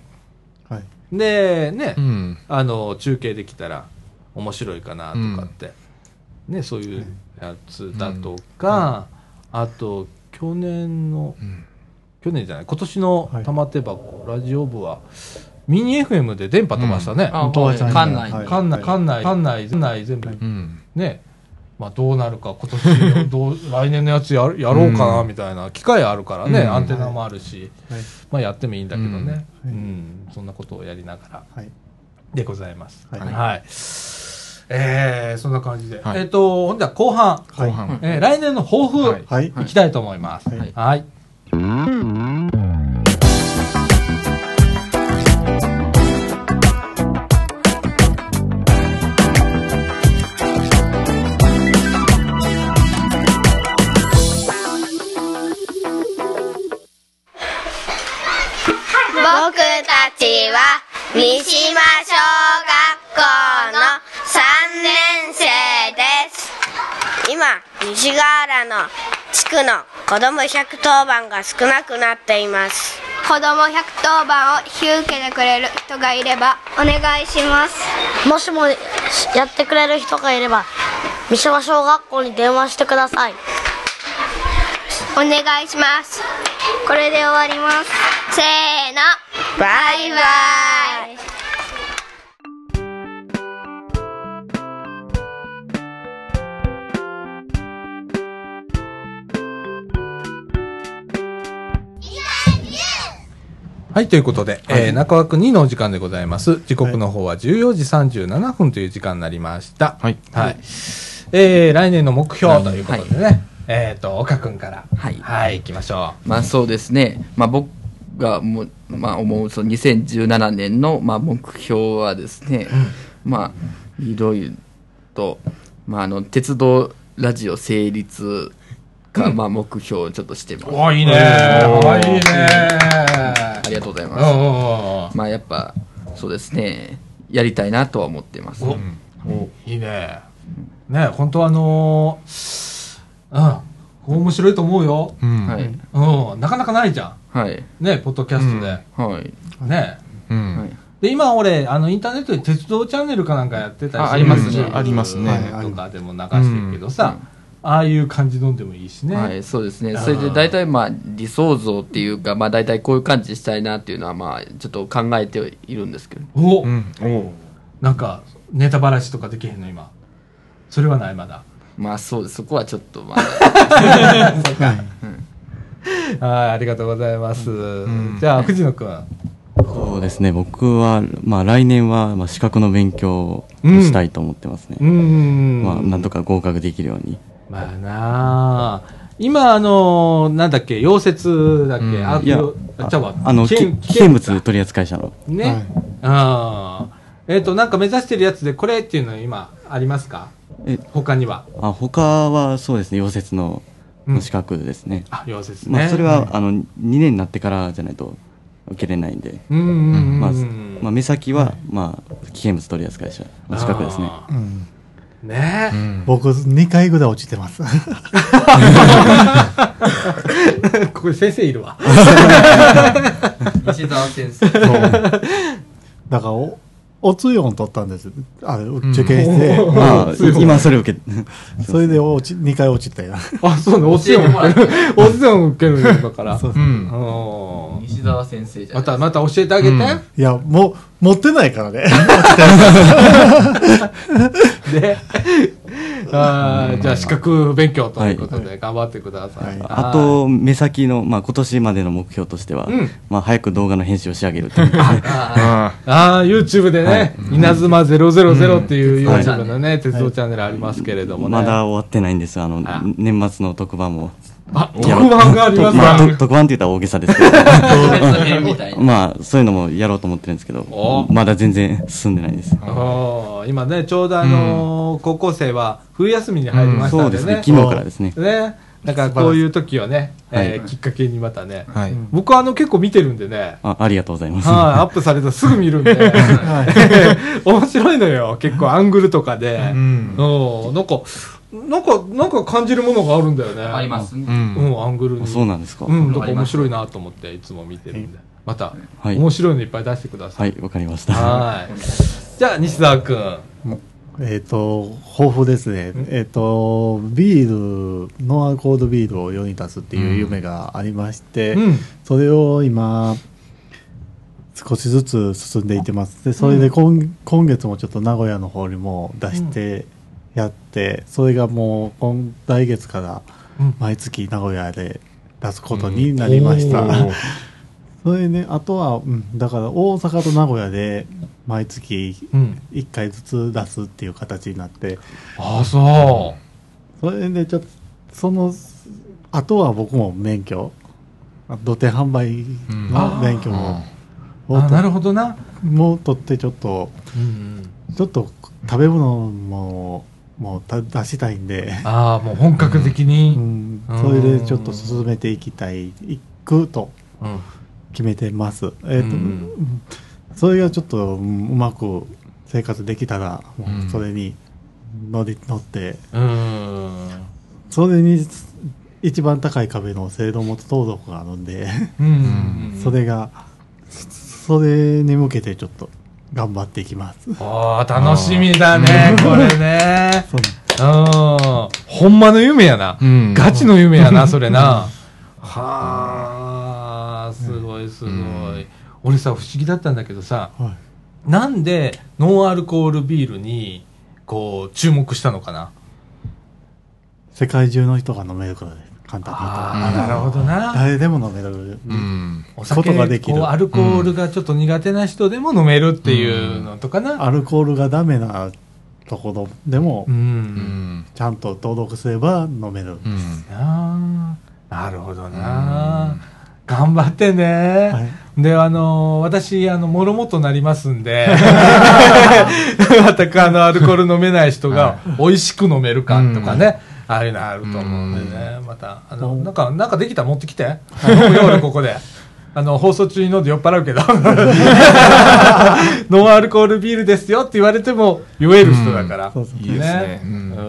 Speaker 4: はい、
Speaker 1: で、ね、
Speaker 5: うん。
Speaker 1: あのー中継できたら面白いかなとかって、ね、そういうやつだとか、あと、去年の、
Speaker 5: うん
Speaker 1: 去年じゃない、今年の玉手箱、ラジオ部は、ミニ FM で電波飛ばしたね。
Speaker 2: あ
Speaker 4: 飛ばしたね
Speaker 2: 館内
Speaker 4: はい
Speaker 1: 館内、館内、館内、館内全部。
Speaker 5: うん。
Speaker 1: ね。まあどうなるか、今年、どう、来年のやつやるやろうかな、みたいな、機会あるからね、
Speaker 5: うん
Speaker 1: アンテナもあるし、
Speaker 4: はい
Speaker 1: まあやってもいいんだけどね。う
Speaker 4: うんはい
Speaker 1: ん、そんなことをやりながら
Speaker 4: はい
Speaker 1: でございます。
Speaker 4: はい
Speaker 1: はい。えー、そんな感じで。
Speaker 5: はい
Speaker 1: えっと、ほんでは後半、
Speaker 4: はい
Speaker 5: 後半。
Speaker 1: えー来年の抱負、
Speaker 5: はい
Speaker 1: い
Speaker 4: はい
Speaker 1: きたいと思います。
Speaker 4: はい
Speaker 1: はい
Speaker 6: 僕たちは三島小学校の3年生です今西河原の地区の子ども110番が少なくなっています子ども110番を引き受けてくれる人がいればお願いしますもしもやってくれる人がいれば三島小学校に電話してくださいお願いしますこれで終わりますせーのバイバイ
Speaker 1: はい、ということで、えー中枠2のお時間でございます。時刻の方は14時37分という時間になりました。
Speaker 5: はい
Speaker 1: はい。えー、来年の目標ということでね、えっ、と、岡くんから、
Speaker 2: はい
Speaker 1: はい、行きましょ
Speaker 2: まあそうですね、まあ、僕がもう、まあ、思うその2017年の、まあ、目標はですね、まあいろいろと、まあ、あの鉄道ラジオ成立が、まあ、目標をちょっとしてます
Speaker 1: う。。おいいね
Speaker 5: おー
Speaker 1: おいいね
Speaker 2: ありがとうござい
Speaker 1: おー
Speaker 2: ま
Speaker 1: おー
Speaker 2: す。まあやっぱそうですねやりたいなとは思ってます。
Speaker 1: おーおいいねね本当あのー、うん、面白いと思うよ。
Speaker 5: うん。
Speaker 2: はい、
Speaker 1: うん、なかなかないじゃ
Speaker 2: はい
Speaker 1: ん。ね、ポッドキャストで。
Speaker 2: はい
Speaker 1: ね。
Speaker 5: う
Speaker 2: はい
Speaker 5: ん。
Speaker 1: で今俺あのインターネットで鉄道チャンネルかなんかやってたり
Speaker 2: あありますね
Speaker 1: うん
Speaker 5: ありますね
Speaker 1: はいとかでも流してるけどさ、ああいう感じ飲んでもいいしね、
Speaker 2: はい、そうですね。それで大体まあ理想像っていうか、まあ大体こういう感じにしたいなっていうのはまあちょっと考えているんですけど。
Speaker 1: お、
Speaker 5: うん。お
Speaker 1: なんかネタばらしとかできへんの今それはないまだ
Speaker 2: まあそうです。そこはちょっとまだ。
Speaker 1: はいありがとうございます、じゃあ藤野くん
Speaker 3: そうですね僕は、まあ、来年は、まあ、資格の勉強をしたいと思ってますね、
Speaker 1: うん
Speaker 3: まあ、なんとか合格できるように
Speaker 1: まあなあ今あのなんだっけ溶接だっけ、
Speaker 5: うん
Speaker 1: あ
Speaker 3: いや
Speaker 1: あちゃうわ
Speaker 3: あの
Speaker 1: 危
Speaker 3: き
Speaker 1: 険
Speaker 3: 危険物取扱者の
Speaker 1: ね、
Speaker 4: はい
Speaker 1: ああえっ、となんか目指してるやつでこれっていうの今ありますか
Speaker 3: え
Speaker 1: 他には
Speaker 3: あ他はそうですね溶接の
Speaker 1: うん
Speaker 3: 資格ですね、
Speaker 1: あ溶接ね、
Speaker 3: まあ、それは、あの2年になってからじゃないと受けれないんで、
Speaker 1: うんうんうん、
Speaker 3: まあまあ、目先は、まあ、危険物取扱者の資格ですね
Speaker 1: あ
Speaker 4: うん
Speaker 1: ーねえ、
Speaker 4: 僕2回ぐらい落ちてます
Speaker 1: [LAUGHS] ここに先生いるわ
Speaker 2: [LAUGHS] 西澤先生。
Speaker 4: だからおお通用を取ったんですあれ受験して、
Speaker 1: うん
Speaker 3: まあ
Speaker 1: そう
Speaker 3: 今それを受け
Speaker 4: それで落ち2回落ちたよ
Speaker 1: あそうねお世話も受けるお世話も受けるんだから
Speaker 4: そう
Speaker 5: う。
Speaker 1: うんん
Speaker 2: 西澤先生じゃ
Speaker 1: ま
Speaker 2: ないです
Speaker 1: たまた教えてあげて、
Speaker 4: いやもう持ってないからね
Speaker 1: で [LAUGHS] あーじゃあ資格勉強ということで頑張ってください、
Speaker 4: はい
Speaker 1: はい
Speaker 3: あと目先の、まあ、今年までの目標としては、
Speaker 1: うん
Speaker 3: まあ、早く動画の編集を仕上げるという [LAUGHS]
Speaker 1: あ
Speaker 5: あ
Speaker 1: あ、YouTube でね、稲妻000っていう
Speaker 3: はい
Speaker 1: YouTube のね、鉄道チャンネルありますけれどもね。
Speaker 3: まだ終わってないんですあの
Speaker 1: あ
Speaker 3: 年末の特番も
Speaker 1: あ、特
Speaker 3: やろう
Speaker 1: 番があります
Speaker 3: まあと [LAUGHS]
Speaker 1: か
Speaker 3: 特番って言ったら大げさですけど
Speaker 2: 特別編みたいな。
Speaker 3: [LAUGHS] まあそういうのもやろうと思ってるんですけど
Speaker 1: お
Speaker 3: まだ全然進んでないです
Speaker 1: おー今ね、ちょうどあのー、高校生は冬休みに入りまし
Speaker 3: そ
Speaker 1: た
Speaker 3: うん
Speaker 1: で
Speaker 3: ですね
Speaker 1: ね。
Speaker 3: 昨日からですね
Speaker 1: ね。だからこういう時はね、えー
Speaker 3: は
Speaker 1: きっかけにまたね。
Speaker 5: あ。はい。
Speaker 1: 僕はあの結構見てるんでね。
Speaker 3: あありがとうございます
Speaker 1: はい、アップされたらすぐ見るんで。 [LAUGHS] 面白いのよ。結構アングルとかで。う。
Speaker 5: うんん。
Speaker 1: なんか、なんか、なんか感じるものがあるんだよね。
Speaker 2: ありますね。
Speaker 5: うん
Speaker 1: う。ん、アングルに。
Speaker 3: あそうなんですか、
Speaker 1: うん、とか面白いなと思っていつも見てるんで、また、
Speaker 3: はい
Speaker 1: 面白いのいっぱい出してくださ。
Speaker 3: はいいわかりました
Speaker 1: はい。じゃあ、西澤くん。
Speaker 4: えっと豊富ですねえっ、とビールノンアルコールビールを世に出すっていう夢がありまして、
Speaker 1: うん。
Speaker 4: それを今、少しずつ進んでいってます。で、それで今,、今月もちょっと名古屋の方にも出してやって、それがもう今来月から
Speaker 1: うん
Speaker 4: 毎月名古屋で出すことになりました。
Speaker 5: おー
Speaker 4: [LAUGHS] それね、あとは、うん、だから大阪と名古屋で毎月
Speaker 1: うん
Speaker 4: 1回ずつ出すっていう形になって、
Speaker 1: ああそ
Speaker 4: それでちょっと、その、あとは僕も免許、あ土手販売の免許も、
Speaker 1: う
Speaker 4: を
Speaker 1: あ
Speaker 4: 取っ
Speaker 1: なるほどな
Speaker 4: もう取ってちょっと、
Speaker 1: うん
Speaker 4: ちょっと食べ物も、もうた出したいんで、
Speaker 1: ああもう本格的
Speaker 4: う
Speaker 1: に
Speaker 4: ん、それでちょっと進めていきたい、いくと
Speaker 1: うん
Speaker 4: 決めてます。えっ、と、
Speaker 5: うん
Speaker 4: うんそれがちょっとうんうまく生活できたら、もうそれに乗り、乗って、
Speaker 1: うん
Speaker 4: それに一番高い壁の制度元登録があるんで、
Speaker 1: うん
Speaker 4: それが、そそれに向けてちょっと頑張っていきます。
Speaker 1: ああ楽しみだねこれね
Speaker 4: そう
Speaker 1: うんほんまの夢やな
Speaker 5: うん
Speaker 1: ガチの夢や [LAUGHS] な、それな。はあ、すごいすごい。
Speaker 5: うん
Speaker 1: 俺さ、不思議だったんだけどさ、
Speaker 4: はい
Speaker 1: なんでノンアルコールビールに、こう、注目したのかな。
Speaker 4: 世界中の人が飲めるからです。簡単に言うと。
Speaker 1: ああ、なるほどな。
Speaker 4: 誰でも飲める。
Speaker 5: うん
Speaker 1: お酒
Speaker 4: ことができる
Speaker 1: こうアルコールがちょっと苦手な人でも飲めるっていうのとかな。
Speaker 4: アルコールがダメなところでも
Speaker 1: うん。
Speaker 5: うん
Speaker 4: ちゃんと登録すれば飲める。
Speaker 5: うん
Speaker 1: なあなるほどな。頑張ってね。
Speaker 4: はい
Speaker 1: で、あの私、あの、もろもとなりますんで、全くあの、アルコール飲めない人が、美味しく飲めるかとかね、ああいうのあると思うんでね、また、あの、なんか、なんかできたら持ってきて、飲むよ、俺ここで。あの、放送中に飲んで酔っ払うけど、ノンアルコールビールですよって言われても、酔える人だから。
Speaker 4: そうそう
Speaker 5: いいですねうん
Speaker 1: う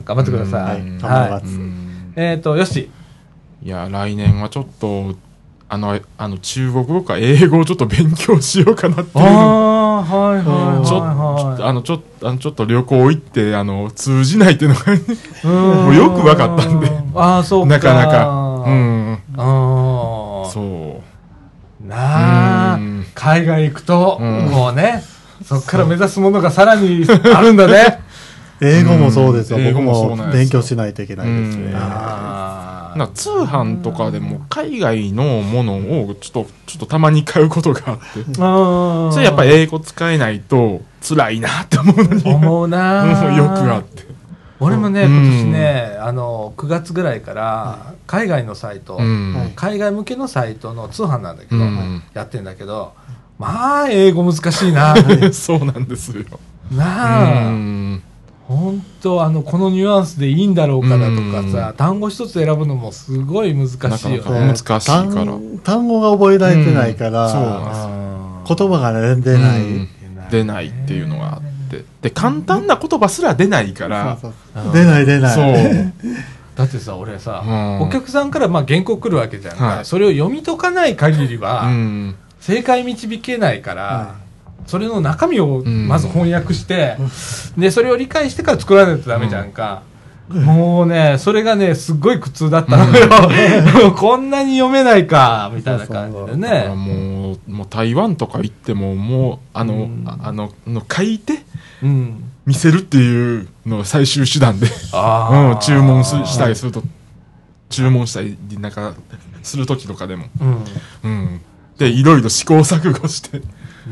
Speaker 1: ん頑張ってください。
Speaker 4: 頑張り
Speaker 1: は
Speaker 4: ま
Speaker 1: い。
Speaker 4: す。
Speaker 5: うん
Speaker 1: えっと、よし。
Speaker 5: いや来年はちょっとあのあの中国語か英語をちょっと勉強しようかなっていうの
Speaker 1: あー、はいはいはいはい。
Speaker 5: ちょちょあのちょあのちょっと旅行行ってあの通じないっていうのがも
Speaker 1: も
Speaker 5: うよくわかったんで
Speaker 1: ああ、そうか。
Speaker 5: なかなかうん
Speaker 1: ああ。
Speaker 5: そ
Speaker 1: なあ
Speaker 5: うん、
Speaker 1: 海外行くと、
Speaker 5: うん
Speaker 1: もうね、そっから目指すものがさら
Speaker 5: [LAUGHS]
Speaker 1: にあるんだね。
Speaker 4: 英語もそうですよ。
Speaker 5: うん英
Speaker 4: 僕
Speaker 5: 語もそう
Speaker 4: も
Speaker 5: なんですよ
Speaker 4: 勉強しないといけないです
Speaker 5: う
Speaker 4: ね
Speaker 5: ん。
Speaker 1: あ
Speaker 5: う
Speaker 1: ー
Speaker 5: なんか通販とかでも海外のものをちょっとちょっとたまに買うことがあって
Speaker 1: あー。
Speaker 5: それやっぱ英語使えないと辛いなって思うのにも
Speaker 1: 思うな
Speaker 5: う
Speaker 1: あ
Speaker 5: [LAUGHS] よくあって
Speaker 1: 俺もね、
Speaker 5: うん
Speaker 1: 今年ね、あの、9月ぐらいから、海外のサイト
Speaker 5: う、ん
Speaker 4: はい
Speaker 1: 海外向けのサイトの通販なんだけど
Speaker 5: うん、
Speaker 1: やってんだけど、まあ、英語難しいな
Speaker 5: [LAUGHS] そうなんですよ
Speaker 1: なあ
Speaker 5: う。ん
Speaker 1: 本当あのこのニュアンスでいいんだろうかだとかさ、
Speaker 5: うん
Speaker 1: 単語一つ選ぶのもすごい難しいよね。
Speaker 5: なかなか難しいから
Speaker 4: 単単語が覚えられてないか
Speaker 5: うんそう
Speaker 4: ら、
Speaker 1: あー
Speaker 4: 言葉が出ない。
Speaker 5: うん出ないっていうのがあってで簡単な言葉すら出ないから
Speaker 4: そうそう出ない出ない。 [LAUGHS]
Speaker 5: そう
Speaker 1: だってさ俺さ、
Speaker 5: うん
Speaker 1: お客さんからまあ原稿来るわけじゃんか、
Speaker 5: はい
Speaker 1: それを読み解かない限りは、
Speaker 5: うん
Speaker 1: 正解導けないから、それの中身を
Speaker 5: ん
Speaker 1: まず翻訳して、でそれを理解してから作らないとダメじゃんか、もうねそれがねすっごい苦痛だったのよ、 [LAUGHS] こんなに読めないかみたいな感じでね。
Speaker 5: だからもうもう台湾とか行ってももうあの
Speaker 1: うん
Speaker 5: ああのの書いて
Speaker 1: うん
Speaker 5: 見せるっていうのが最終手段で、
Speaker 1: あー
Speaker 5: うん、注文すしたりすると注文したりなんかする時とかでも、
Speaker 1: う
Speaker 5: うん、でいろいろ試行錯誤して
Speaker 1: ん、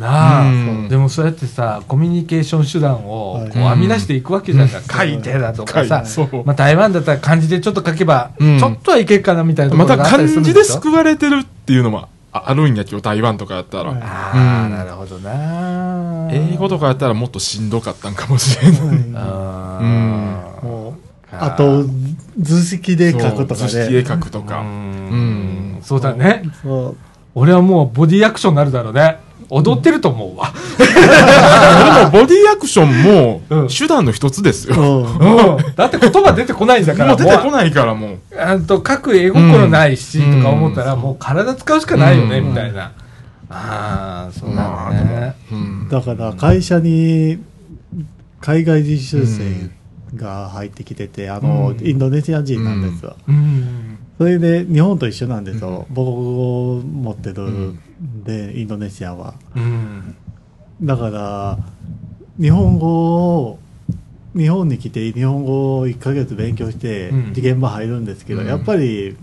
Speaker 1: なあ、
Speaker 5: うん
Speaker 1: でもそうやってさコミュニケーション手段を
Speaker 4: はい
Speaker 1: こう編み出していくわけじゃんか、書いてだとかさ
Speaker 5: 書いてそう、
Speaker 1: まあ、台湾だったら漢字でちょっと書けば、
Speaker 5: うん
Speaker 1: ちょっとはいけるかなみたいなところ
Speaker 5: また
Speaker 1: があった
Speaker 5: 漢
Speaker 1: りするん
Speaker 5: 字
Speaker 1: ょ
Speaker 5: で救われてるっていうのもああるんやけど台湾とかやったら、
Speaker 1: ああ、
Speaker 5: うん
Speaker 1: なるほどな
Speaker 5: 英語とかやったらもっとしんどかったんかもしれない、
Speaker 1: あー
Speaker 4: もう、
Speaker 1: あー
Speaker 4: あと、図式で書くとか
Speaker 5: そう図式で
Speaker 4: で。
Speaker 5: 書くとか、
Speaker 1: うん
Speaker 5: うん
Speaker 1: そうだね
Speaker 4: そう
Speaker 1: 俺はもうボディアクションになるだろうね踊ってると思うわ、
Speaker 5: でもボディアクション
Speaker 1: うん
Speaker 5: も手段の一つですよ、
Speaker 4: う
Speaker 1: う
Speaker 4: ん
Speaker 1: ん、だって言葉出てこないんだから
Speaker 5: もう出て
Speaker 1: もう
Speaker 5: こないからもう
Speaker 1: あと書く絵心ないし、
Speaker 5: うん
Speaker 1: とか思ったら、もう体使うしかないよね、
Speaker 5: うん
Speaker 1: みたいな。ああ、そう
Speaker 5: ま
Speaker 1: な
Speaker 5: あ
Speaker 1: んだね。
Speaker 5: うん
Speaker 4: だから会社に海外実習生が入ってきてて、あの、
Speaker 1: うん
Speaker 4: インドネシア人なんですよ。
Speaker 1: うん。
Speaker 4: それで日本と一緒なんですよ。母国語を持ってるでインドネシアは
Speaker 1: うん
Speaker 4: だから日本語を日本に来て日本語を1ヶ月勉強して
Speaker 1: うん
Speaker 4: 現場入るんですけど、
Speaker 1: うん
Speaker 4: やっぱり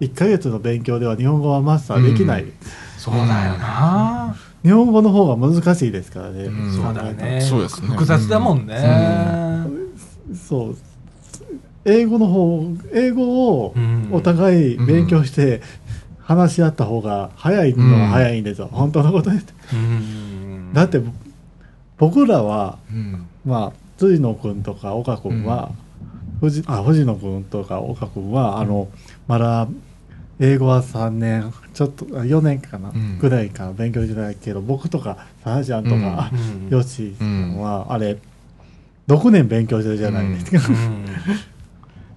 Speaker 4: 1ヶ月の勉強では日本語はマスターできない、
Speaker 1: うそうだよな、
Speaker 4: 日本語の方が難しいですからね、
Speaker 5: うん
Speaker 1: そうだよね
Speaker 5: そうですね
Speaker 1: 複雑だもんね、
Speaker 4: そう英語の方英語を
Speaker 1: うん
Speaker 4: お互い勉強して話し合った方が早いのは早いんですよ、本当のことです
Speaker 1: うん
Speaker 4: だって僕らは
Speaker 5: うん
Speaker 4: まあ辻野君とか岡君は、藤あ藤野君とか岡君はあのまだ英語は3年ちょっと4年かな、
Speaker 5: うん
Speaker 4: ぐらいから勉強してないけど僕とかさやちゃんとか、
Speaker 1: うん
Speaker 4: よしさんは、あれ6年勉強してるじゃないです
Speaker 1: う
Speaker 4: か、
Speaker 1: ん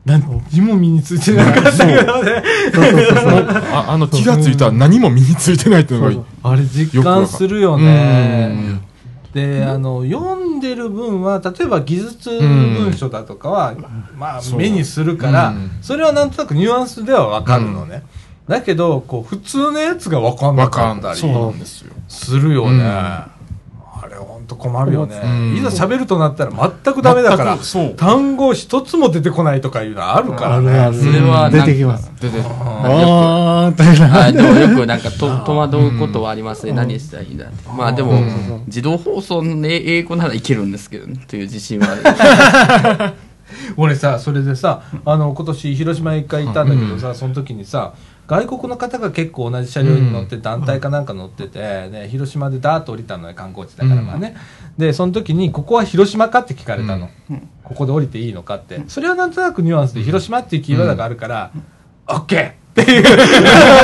Speaker 1: 何にも身についてなかったけどね
Speaker 5: ああの気がついたら何も身についてないっていうのが
Speaker 1: あれ実感するよねであの読んでる分は例えば技術文書だとかは、まあ
Speaker 5: そう
Speaker 1: 目にするから、
Speaker 5: うん
Speaker 1: それはなんとなくニュアンスではわかるのね、だけどこう普通のやつがわかんな
Speaker 5: わ
Speaker 1: か
Speaker 5: か
Speaker 1: っ
Speaker 5: ん
Speaker 1: た
Speaker 5: ない
Speaker 1: り
Speaker 5: そうなんですよ
Speaker 1: するよね、
Speaker 5: うん
Speaker 1: あれほんと困るよね、
Speaker 5: うん
Speaker 1: いざ喋るとなったら全くダメだから
Speaker 5: 全くそう
Speaker 1: 単語一つも出てこないとかいうのあるからね
Speaker 4: あるある
Speaker 2: それはなんか
Speaker 4: 出てきます
Speaker 5: でで
Speaker 4: あーってな
Speaker 2: あでもよくなんかと戸惑うことはありますね、何したらいいんだってまあでも、自動放送のね英語ならいけるんですけどねという自信はある
Speaker 1: [LAUGHS] 俺さそれでさあの今年広島へ一回行ったんだけどさ、その時にさ外国の方が結構同じ車両に乗って団体かなんか乗ってて、ね、広島でダーッと降りたのね観光地だからまあね、でその時に「ここは広島か?」って聞かれたの、ここで降りていいのかってそれはなんとなくニュアンスで「広島」っていうキーワードがあるから「オッケーって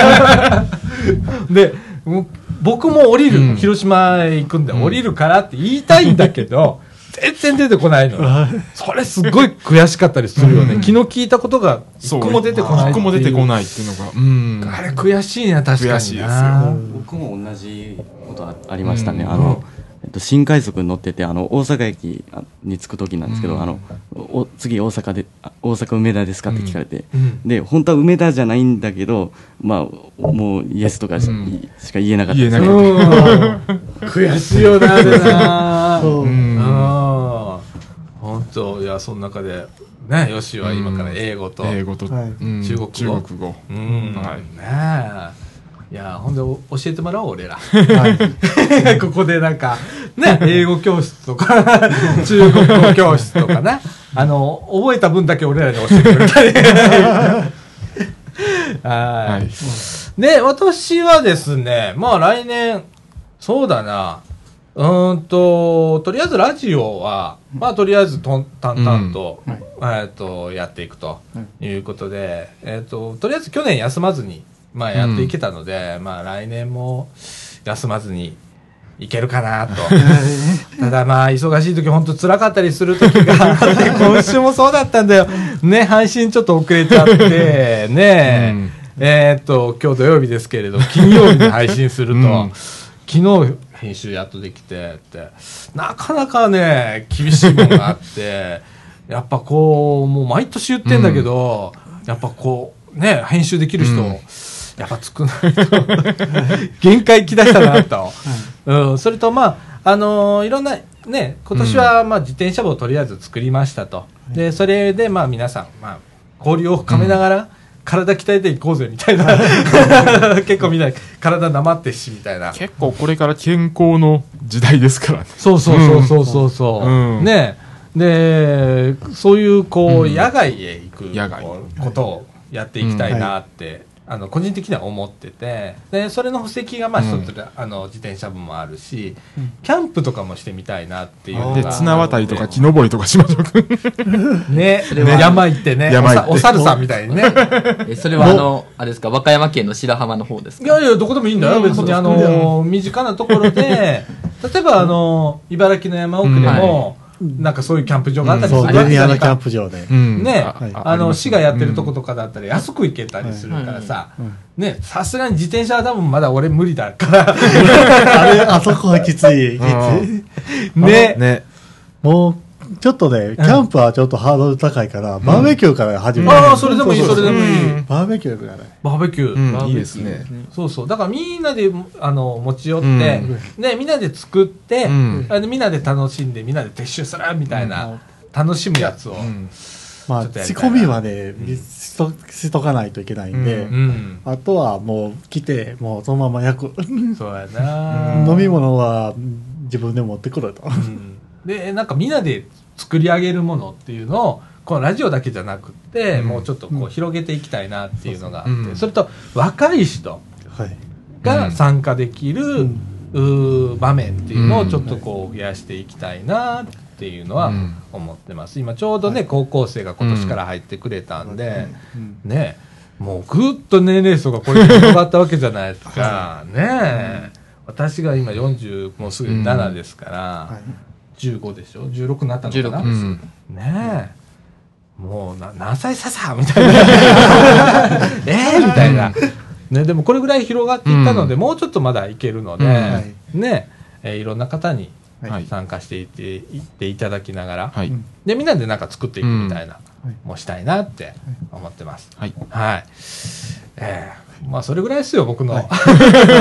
Speaker 1: いうでもう僕も降りる、
Speaker 5: うん
Speaker 1: 広島へ行くんで降りるからって言いたいんだけ [LAUGHS] ど全然出てこないのよそれすごい悔しかったりするよね。昨日聞いたことが一個も出てこない。
Speaker 5: 一個も出てこ
Speaker 1: い。
Speaker 5: ないっていうのがうん
Speaker 1: あれ悔しいな、確かにな。
Speaker 5: 悔しいですよ
Speaker 3: 僕も同じことあありましたね、あの、えっと、新快速に乗っててあの大阪駅あに着く時なんですけど、
Speaker 5: うん
Speaker 3: あのお次大阪であ大阪梅田ですかって聞かれて、
Speaker 1: うん
Speaker 3: で本当は梅田じゃないんだけどまあもうイエスとかし,、
Speaker 5: うん
Speaker 3: しか言えなかった
Speaker 5: 言え
Speaker 3: です
Speaker 5: な
Speaker 1: う
Speaker 5: い
Speaker 1: ん悔しいよな、あれな。
Speaker 4: そう
Speaker 1: うん
Speaker 5: ん
Speaker 1: 本当、いや、その中で、ね、ヨシは今から英語と。
Speaker 5: 英語と
Speaker 4: はい
Speaker 5: うん
Speaker 1: 中国語
Speaker 5: 国語
Speaker 1: うん。
Speaker 5: はい
Speaker 1: ねえ。いや、ほんで、お教えてもらおう、俺ら。
Speaker 4: はい
Speaker 1: [LAUGHS] ここでなんか、ね、英語教室とか、 [LAUGHS] 中国語教室とかね、あの、覚えた分だけ俺らに教えてくれたり。は
Speaker 5: はいい。
Speaker 1: で、私はですね、まあ来年、そうだな、うーんと、とりあえずラジオは、まあとりあえずとん淡々と、えっと、やっていくということで、えっと、とりあえず去年休まずに、まあやっていけたので、まあ来年も休まずに、いけるかな [LAUGHS] と。ただまあ、忙しい時本当辛かったりする時があって、 [LAUGHS] 今週もそうだったんだよ。ね、配信ちょっと遅れちゃって、 [LAUGHS] ね、
Speaker 5: うん
Speaker 1: えーっと、今日土曜日ですけれど、金曜日に配信すると、
Speaker 5: うん
Speaker 1: 昨日編集やっとできてって、なかなかね、厳しいものがあって、やっぱこう、もう毎年言ってんだけど、やっぱこう、ね、編集できる人、
Speaker 5: うん
Speaker 1: やっぱ少ないと限界きだしたなと、うん、それとまあ、あのーいろんなね今年はまあ自転車部をとりあえず作りましたと、でそれでまあ皆さん、まあ、交流を深めながら、体鍛えていこうぜみたいな [LAUGHS] 結構みんな体なまってっしみたいな
Speaker 5: 結構これから健康の時代ですからね
Speaker 1: そうそうそうそうそうそう、
Speaker 5: うん
Speaker 1: ねでそういうこう、
Speaker 5: うん
Speaker 1: 野外へ行く
Speaker 5: 野外
Speaker 1: こうことをやっていきたいなって、あの個人的には思っててでそれの布石がまあ一つで、あの自転車部もあるし、キャンプとかもしてみたいなっていうの
Speaker 5: で
Speaker 1: が
Speaker 5: 綱渡りとか木登りとかしましょ
Speaker 1: [LAUGHS]
Speaker 5: うか
Speaker 1: ね
Speaker 2: れは
Speaker 1: 山行ってね
Speaker 5: 山行って
Speaker 1: おさお猿さんみたいにね
Speaker 2: えそれはあのあれですか和歌山県の白浜の方です
Speaker 1: い
Speaker 2: か
Speaker 1: やいやどこでもいいんだよ別
Speaker 2: そう
Speaker 1: に
Speaker 2: です
Speaker 1: あの身近なところで例えばあの茨城の山奥でも、なんかそういうキャンプ場があったりする
Speaker 4: そう
Speaker 1: わけ
Speaker 4: ジ
Speaker 1: じゃ
Speaker 4: ェ
Speaker 1: ない
Speaker 4: ニア
Speaker 1: か
Speaker 4: のキャンプ場で、
Speaker 5: うん
Speaker 1: ね、
Speaker 5: あ
Speaker 1: あ
Speaker 4: はい
Speaker 5: あり
Speaker 1: の
Speaker 5: ます
Speaker 1: 市がやってるとことかだったら安く行けたりするからさ、ね、さすがに自転車は多分まだ俺無理だから、 [LAUGHS]
Speaker 4: あれあそこはきついきつい
Speaker 5: うん
Speaker 1: ね、
Speaker 5: ね
Speaker 4: もうちょっとね、キャンプはちょっとハードル高いから、バーベキューから始める。
Speaker 1: ああそれでもいい
Speaker 4: そう
Speaker 1: そ
Speaker 4: そう
Speaker 1: れでもいい、
Speaker 4: バーベキューからね。
Speaker 1: バーベキュー、
Speaker 5: うん
Speaker 1: バーベキュー
Speaker 5: いいですね
Speaker 1: そうそうだからみんなであの持ち寄って、
Speaker 5: うん
Speaker 1: ね、みんなで作って、
Speaker 5: うん
Speaker 1: あのみんなで楽しんでみんなで撤収するみたいな、楽しむやつを、
Speaker 5: うん
Speaker 4: ま
Speaker 1: ちょっ
Speaker 4: あ、
Speaker 1: とやり
Speaker 4: 仕
Speaker 1: たいな
Speaker 4: 込みはね、しとしとかないといけないんで、
Speaker 5: うん
Speaker 1: うん
Speaker 4: あとはもう来て、もうそのまま焼く。 [LAUGHS]
Speaker 1: そうやな
Speaker 4: 飲み物は自分で持ってくると。
Speaker 1: うんでなんかみんなで作り上げるものっていうのをこのラジオだけじゃなくって、
Speaker 5: うん
Speaker 1: もうちょっとこう広げていきたいなっていうのがあって、
Speaker 5: うん
Speaker 1: それと若い人
Speaker 4: はい。
Speaker 1: が参加できる、
Speaker 4: ん
Speaker 1: うー場面っていうのを
Speaker 5: うん
Speaker 1: ちょっとこう増やしていきたいなっていうのは
Speaker 5: うん
Speaker 1: 思ってます今ちょうどね、高校生が今年から入ってくれたんで、ねもうぐっと年齢層がこれに広がったわけじゃないですかねえ、私が今40もうすぐ7ですから、15でしょ16になったのかな、
Speaker 5: う
Speaker 2: 16
Speaker 5: ん
Speaker 1: ねえもうな何歳ささみた [LAUGHS] いなえーみたいな、ね、でもこれぐらい広がっていったので、
Speaker 5: う
Speaker 1: もうちょっとまだいけるので、
Speaker 5: うんはい
Speaker 1: ねえーいろんな方に
Speaker 5: はい
Speaker 1: 参加していって,、い、っていただきながら、
Speaker 5: はい
Speaker 1: でみんなでなんか作っていくみたいな、
Speaker 4: うんはい
Speaker 1: もうしたいなって思ってます。
Speaker 5: はい
Speaker 1: はい。ええまあそれぐらいですよ、僕の。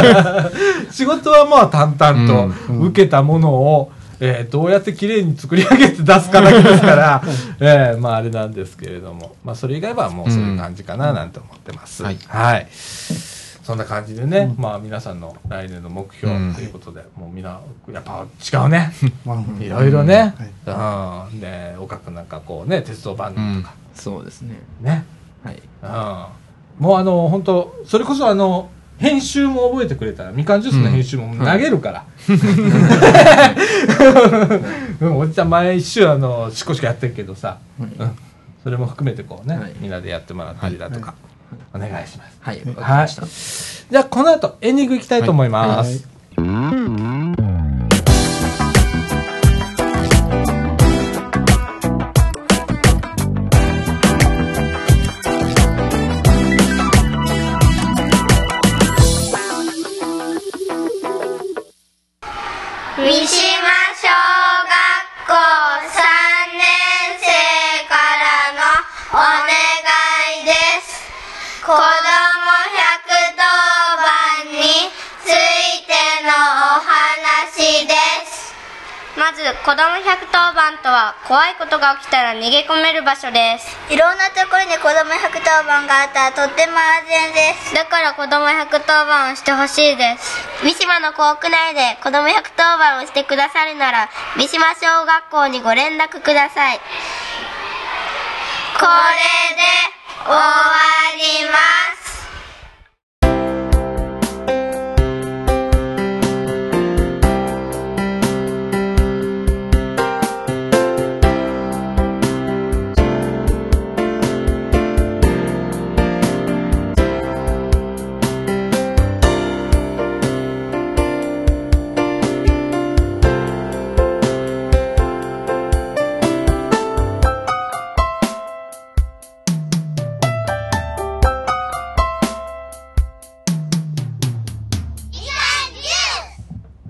Speaker 1: [LAUGHS] 仕事はまあ淡々と受けたものを、えーどうやって綺麗に作り上げて出すかだけです [LAUGHS] から、ええまああれなんですけれども、まあそれ以外はもうそういう感じかななんて思ってます。
Speaker 5: うんはい
Speaker 1: はい。そんな感じでね、まあ皆さんの来年の目標ということで、もうみんな、やっぱ違うね。
Speaker 4: まあ
Speaker 1: いろいろね、うん、で、岡君なんかこうね、鉄道番組とか、
Speaker 2: そうですね。
Speaker 1: ね、
Speaker 2: はい。
Speaker 1: うん、もうあの、本当それこそあの、編集も覚えてくれたら、みかんジュースの編集も投げるから。うん、おじちゃん毎週あの、しこしこやってるけどさ、
Speaker 2: はい
Speaker 1: うん、それも含めてこうね、
Speaker 2: はい
Speaker 1: みんなでやってもらったりだとか、お願いします。
Speaker 2: はい。わかり
Speaker 1: は
Speaker 2: ま
Speaker 1: い。
Speaker 2: した。
Speaker 1: じゃあ、この後、エンディングいきたいと思います。
Speaker 6: 三島小学校3年生からのお願いです。子供百当番についてのお話です。まず、子供百当番とは怖いことが起きたら逃げ込める場所です。いろんなところに子供百当番があったらとっても安全です。だから子供百当番をしてほしいです。三島の校区内で子供百当番をしてくださるなら、三島小学校にご連絡ください。これで終わります。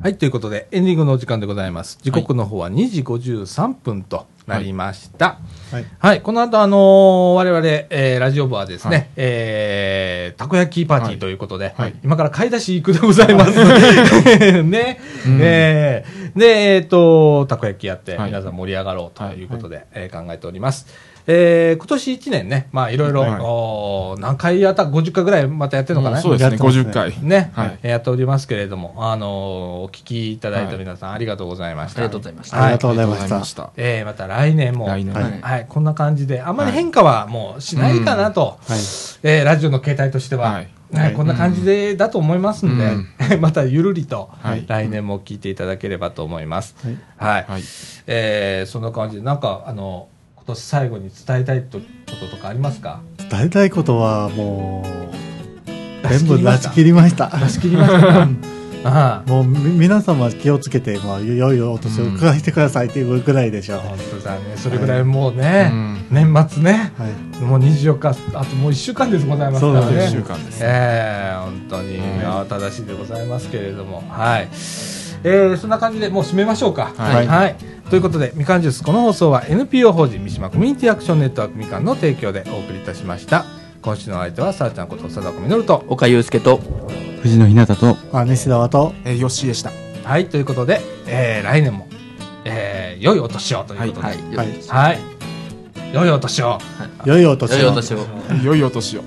Speaker 1: はい、ということで、エンディングのお時間でございます。時刻の方は2時53分となりました。は
Speaker 4: はいい、
Speaker 1: この後、あのー我々、えーラジオ部はですね、
Speaker 5: はい
Speaker 1: えーたこ焼きパーティーということで、
Speaker 5: はい
Speaker 1: 今から買い出し行くでございます。 [LAUGHS] ね、えーで、えっ、と、たこ焼きやって、
Speaker 5: はい
Speaker 1: 皆さん盛り上がろうということで、えー考えております。えー今年1年ね、まあ、いろいろ、
Speaker 5: はい
Speaker 1: おー何回やった、50回ぐらいまたやってるのかな、
Speaker 5: そうですね、
Speaker 4: やってますね
Speaker 5: 50回。
Speaker 1: ね、
Speaker 5: はい
Speaker 1: えーやっておりますけれども、あのーお聞きいただいた皆さん、ありがとうございました。
Speaker 2: ありがとうございました
Speaker 1: は
Speaker 4: あり
Speaker 1: い
Speaker 4: が、とうございました
Speaker 5: ありがとうごた
Speaker 1: えーまた来年も。
Speaker 5: 来年
Speaker 4: はい
Speaker 1: はい、こんな感じで、あまり変化はもうしないかなと、
Speaker 4: はい。
Speaker 1: えーラジオの形態としては、
Speaker 5: は
Speaker 1: はいいこんな感じでだと思いますんで、 [LAUGHS] またゆるりと
Speaker 5: はい
Speaker 1: 来年も聞いていただければと思います。
Speaker 4: はい
Speaker 1: はい、
Speaker 5: はい
Speaker 1: えーそんな感じで、なんか、あの、今年最後に伝えたいとこととかありますか
Speaker 4: 大体ことはもう、
Speaker 1: 出し
Speaker 4: 全
Speaker 1: 切り
Speaker 4: 部
Speaker 1: ま
Speaker 4: 出
Speaker 1: した
Speaker 4: し切りました。
Speaker 1: 出し切りましたか [LAUGHS] ああ、
Speaker 4: [LAUGHS] もうみ皆様気をつけて、まあ、良いお年を伺いしてくださいっていうぐらいでしょう。
Speaker 1: 本当だね。それぐらいもうね、
Speaker 5: うん
Speaker 1: 年末ね、
Speaker 4: はい。
Speaker 1: もう24日、あともう1週間ですございますから
Speaker 4: そう
Speaker 1: ね。
Speaker 4: で
Speaker 5: 1
Speaker 4: す
Speaker 5: 週間です。
Speaker 1: ええ本当に
Speaker 5: ん
Speaker 1: 慌ただしいでございますけれども、はい。えーそんな感じでもう締めましょうか。
Speaker 5: はい
Speaker 1: ということで、みかんジュース、この放送は NPO 法人三島コミュニティアクションネットワークみかんの提供でお送りいたしました。今週の相手は、さあちゃんこと、さだこみのると。
Speaker 2: 岡祐介と
Speaker 3: 藤野ひなたと
Speaker 4: あ西田はと
Speaker 5: えー、よっしーでした。
Speaker 1: はい、ということで、えー来年も、えー良いお年をということで。
Speaker 2: は
Speaker 1: はい。
Speaker 2: い、
Speaker 4: は
Speaker 2: はいい、
Speaker 1: 良いお年を。
Speaker 4: 良いお年
Speaker 2: 良いお
Speaker 4: を
Speaker 2: 年を
Speaker 5: 良いお年を。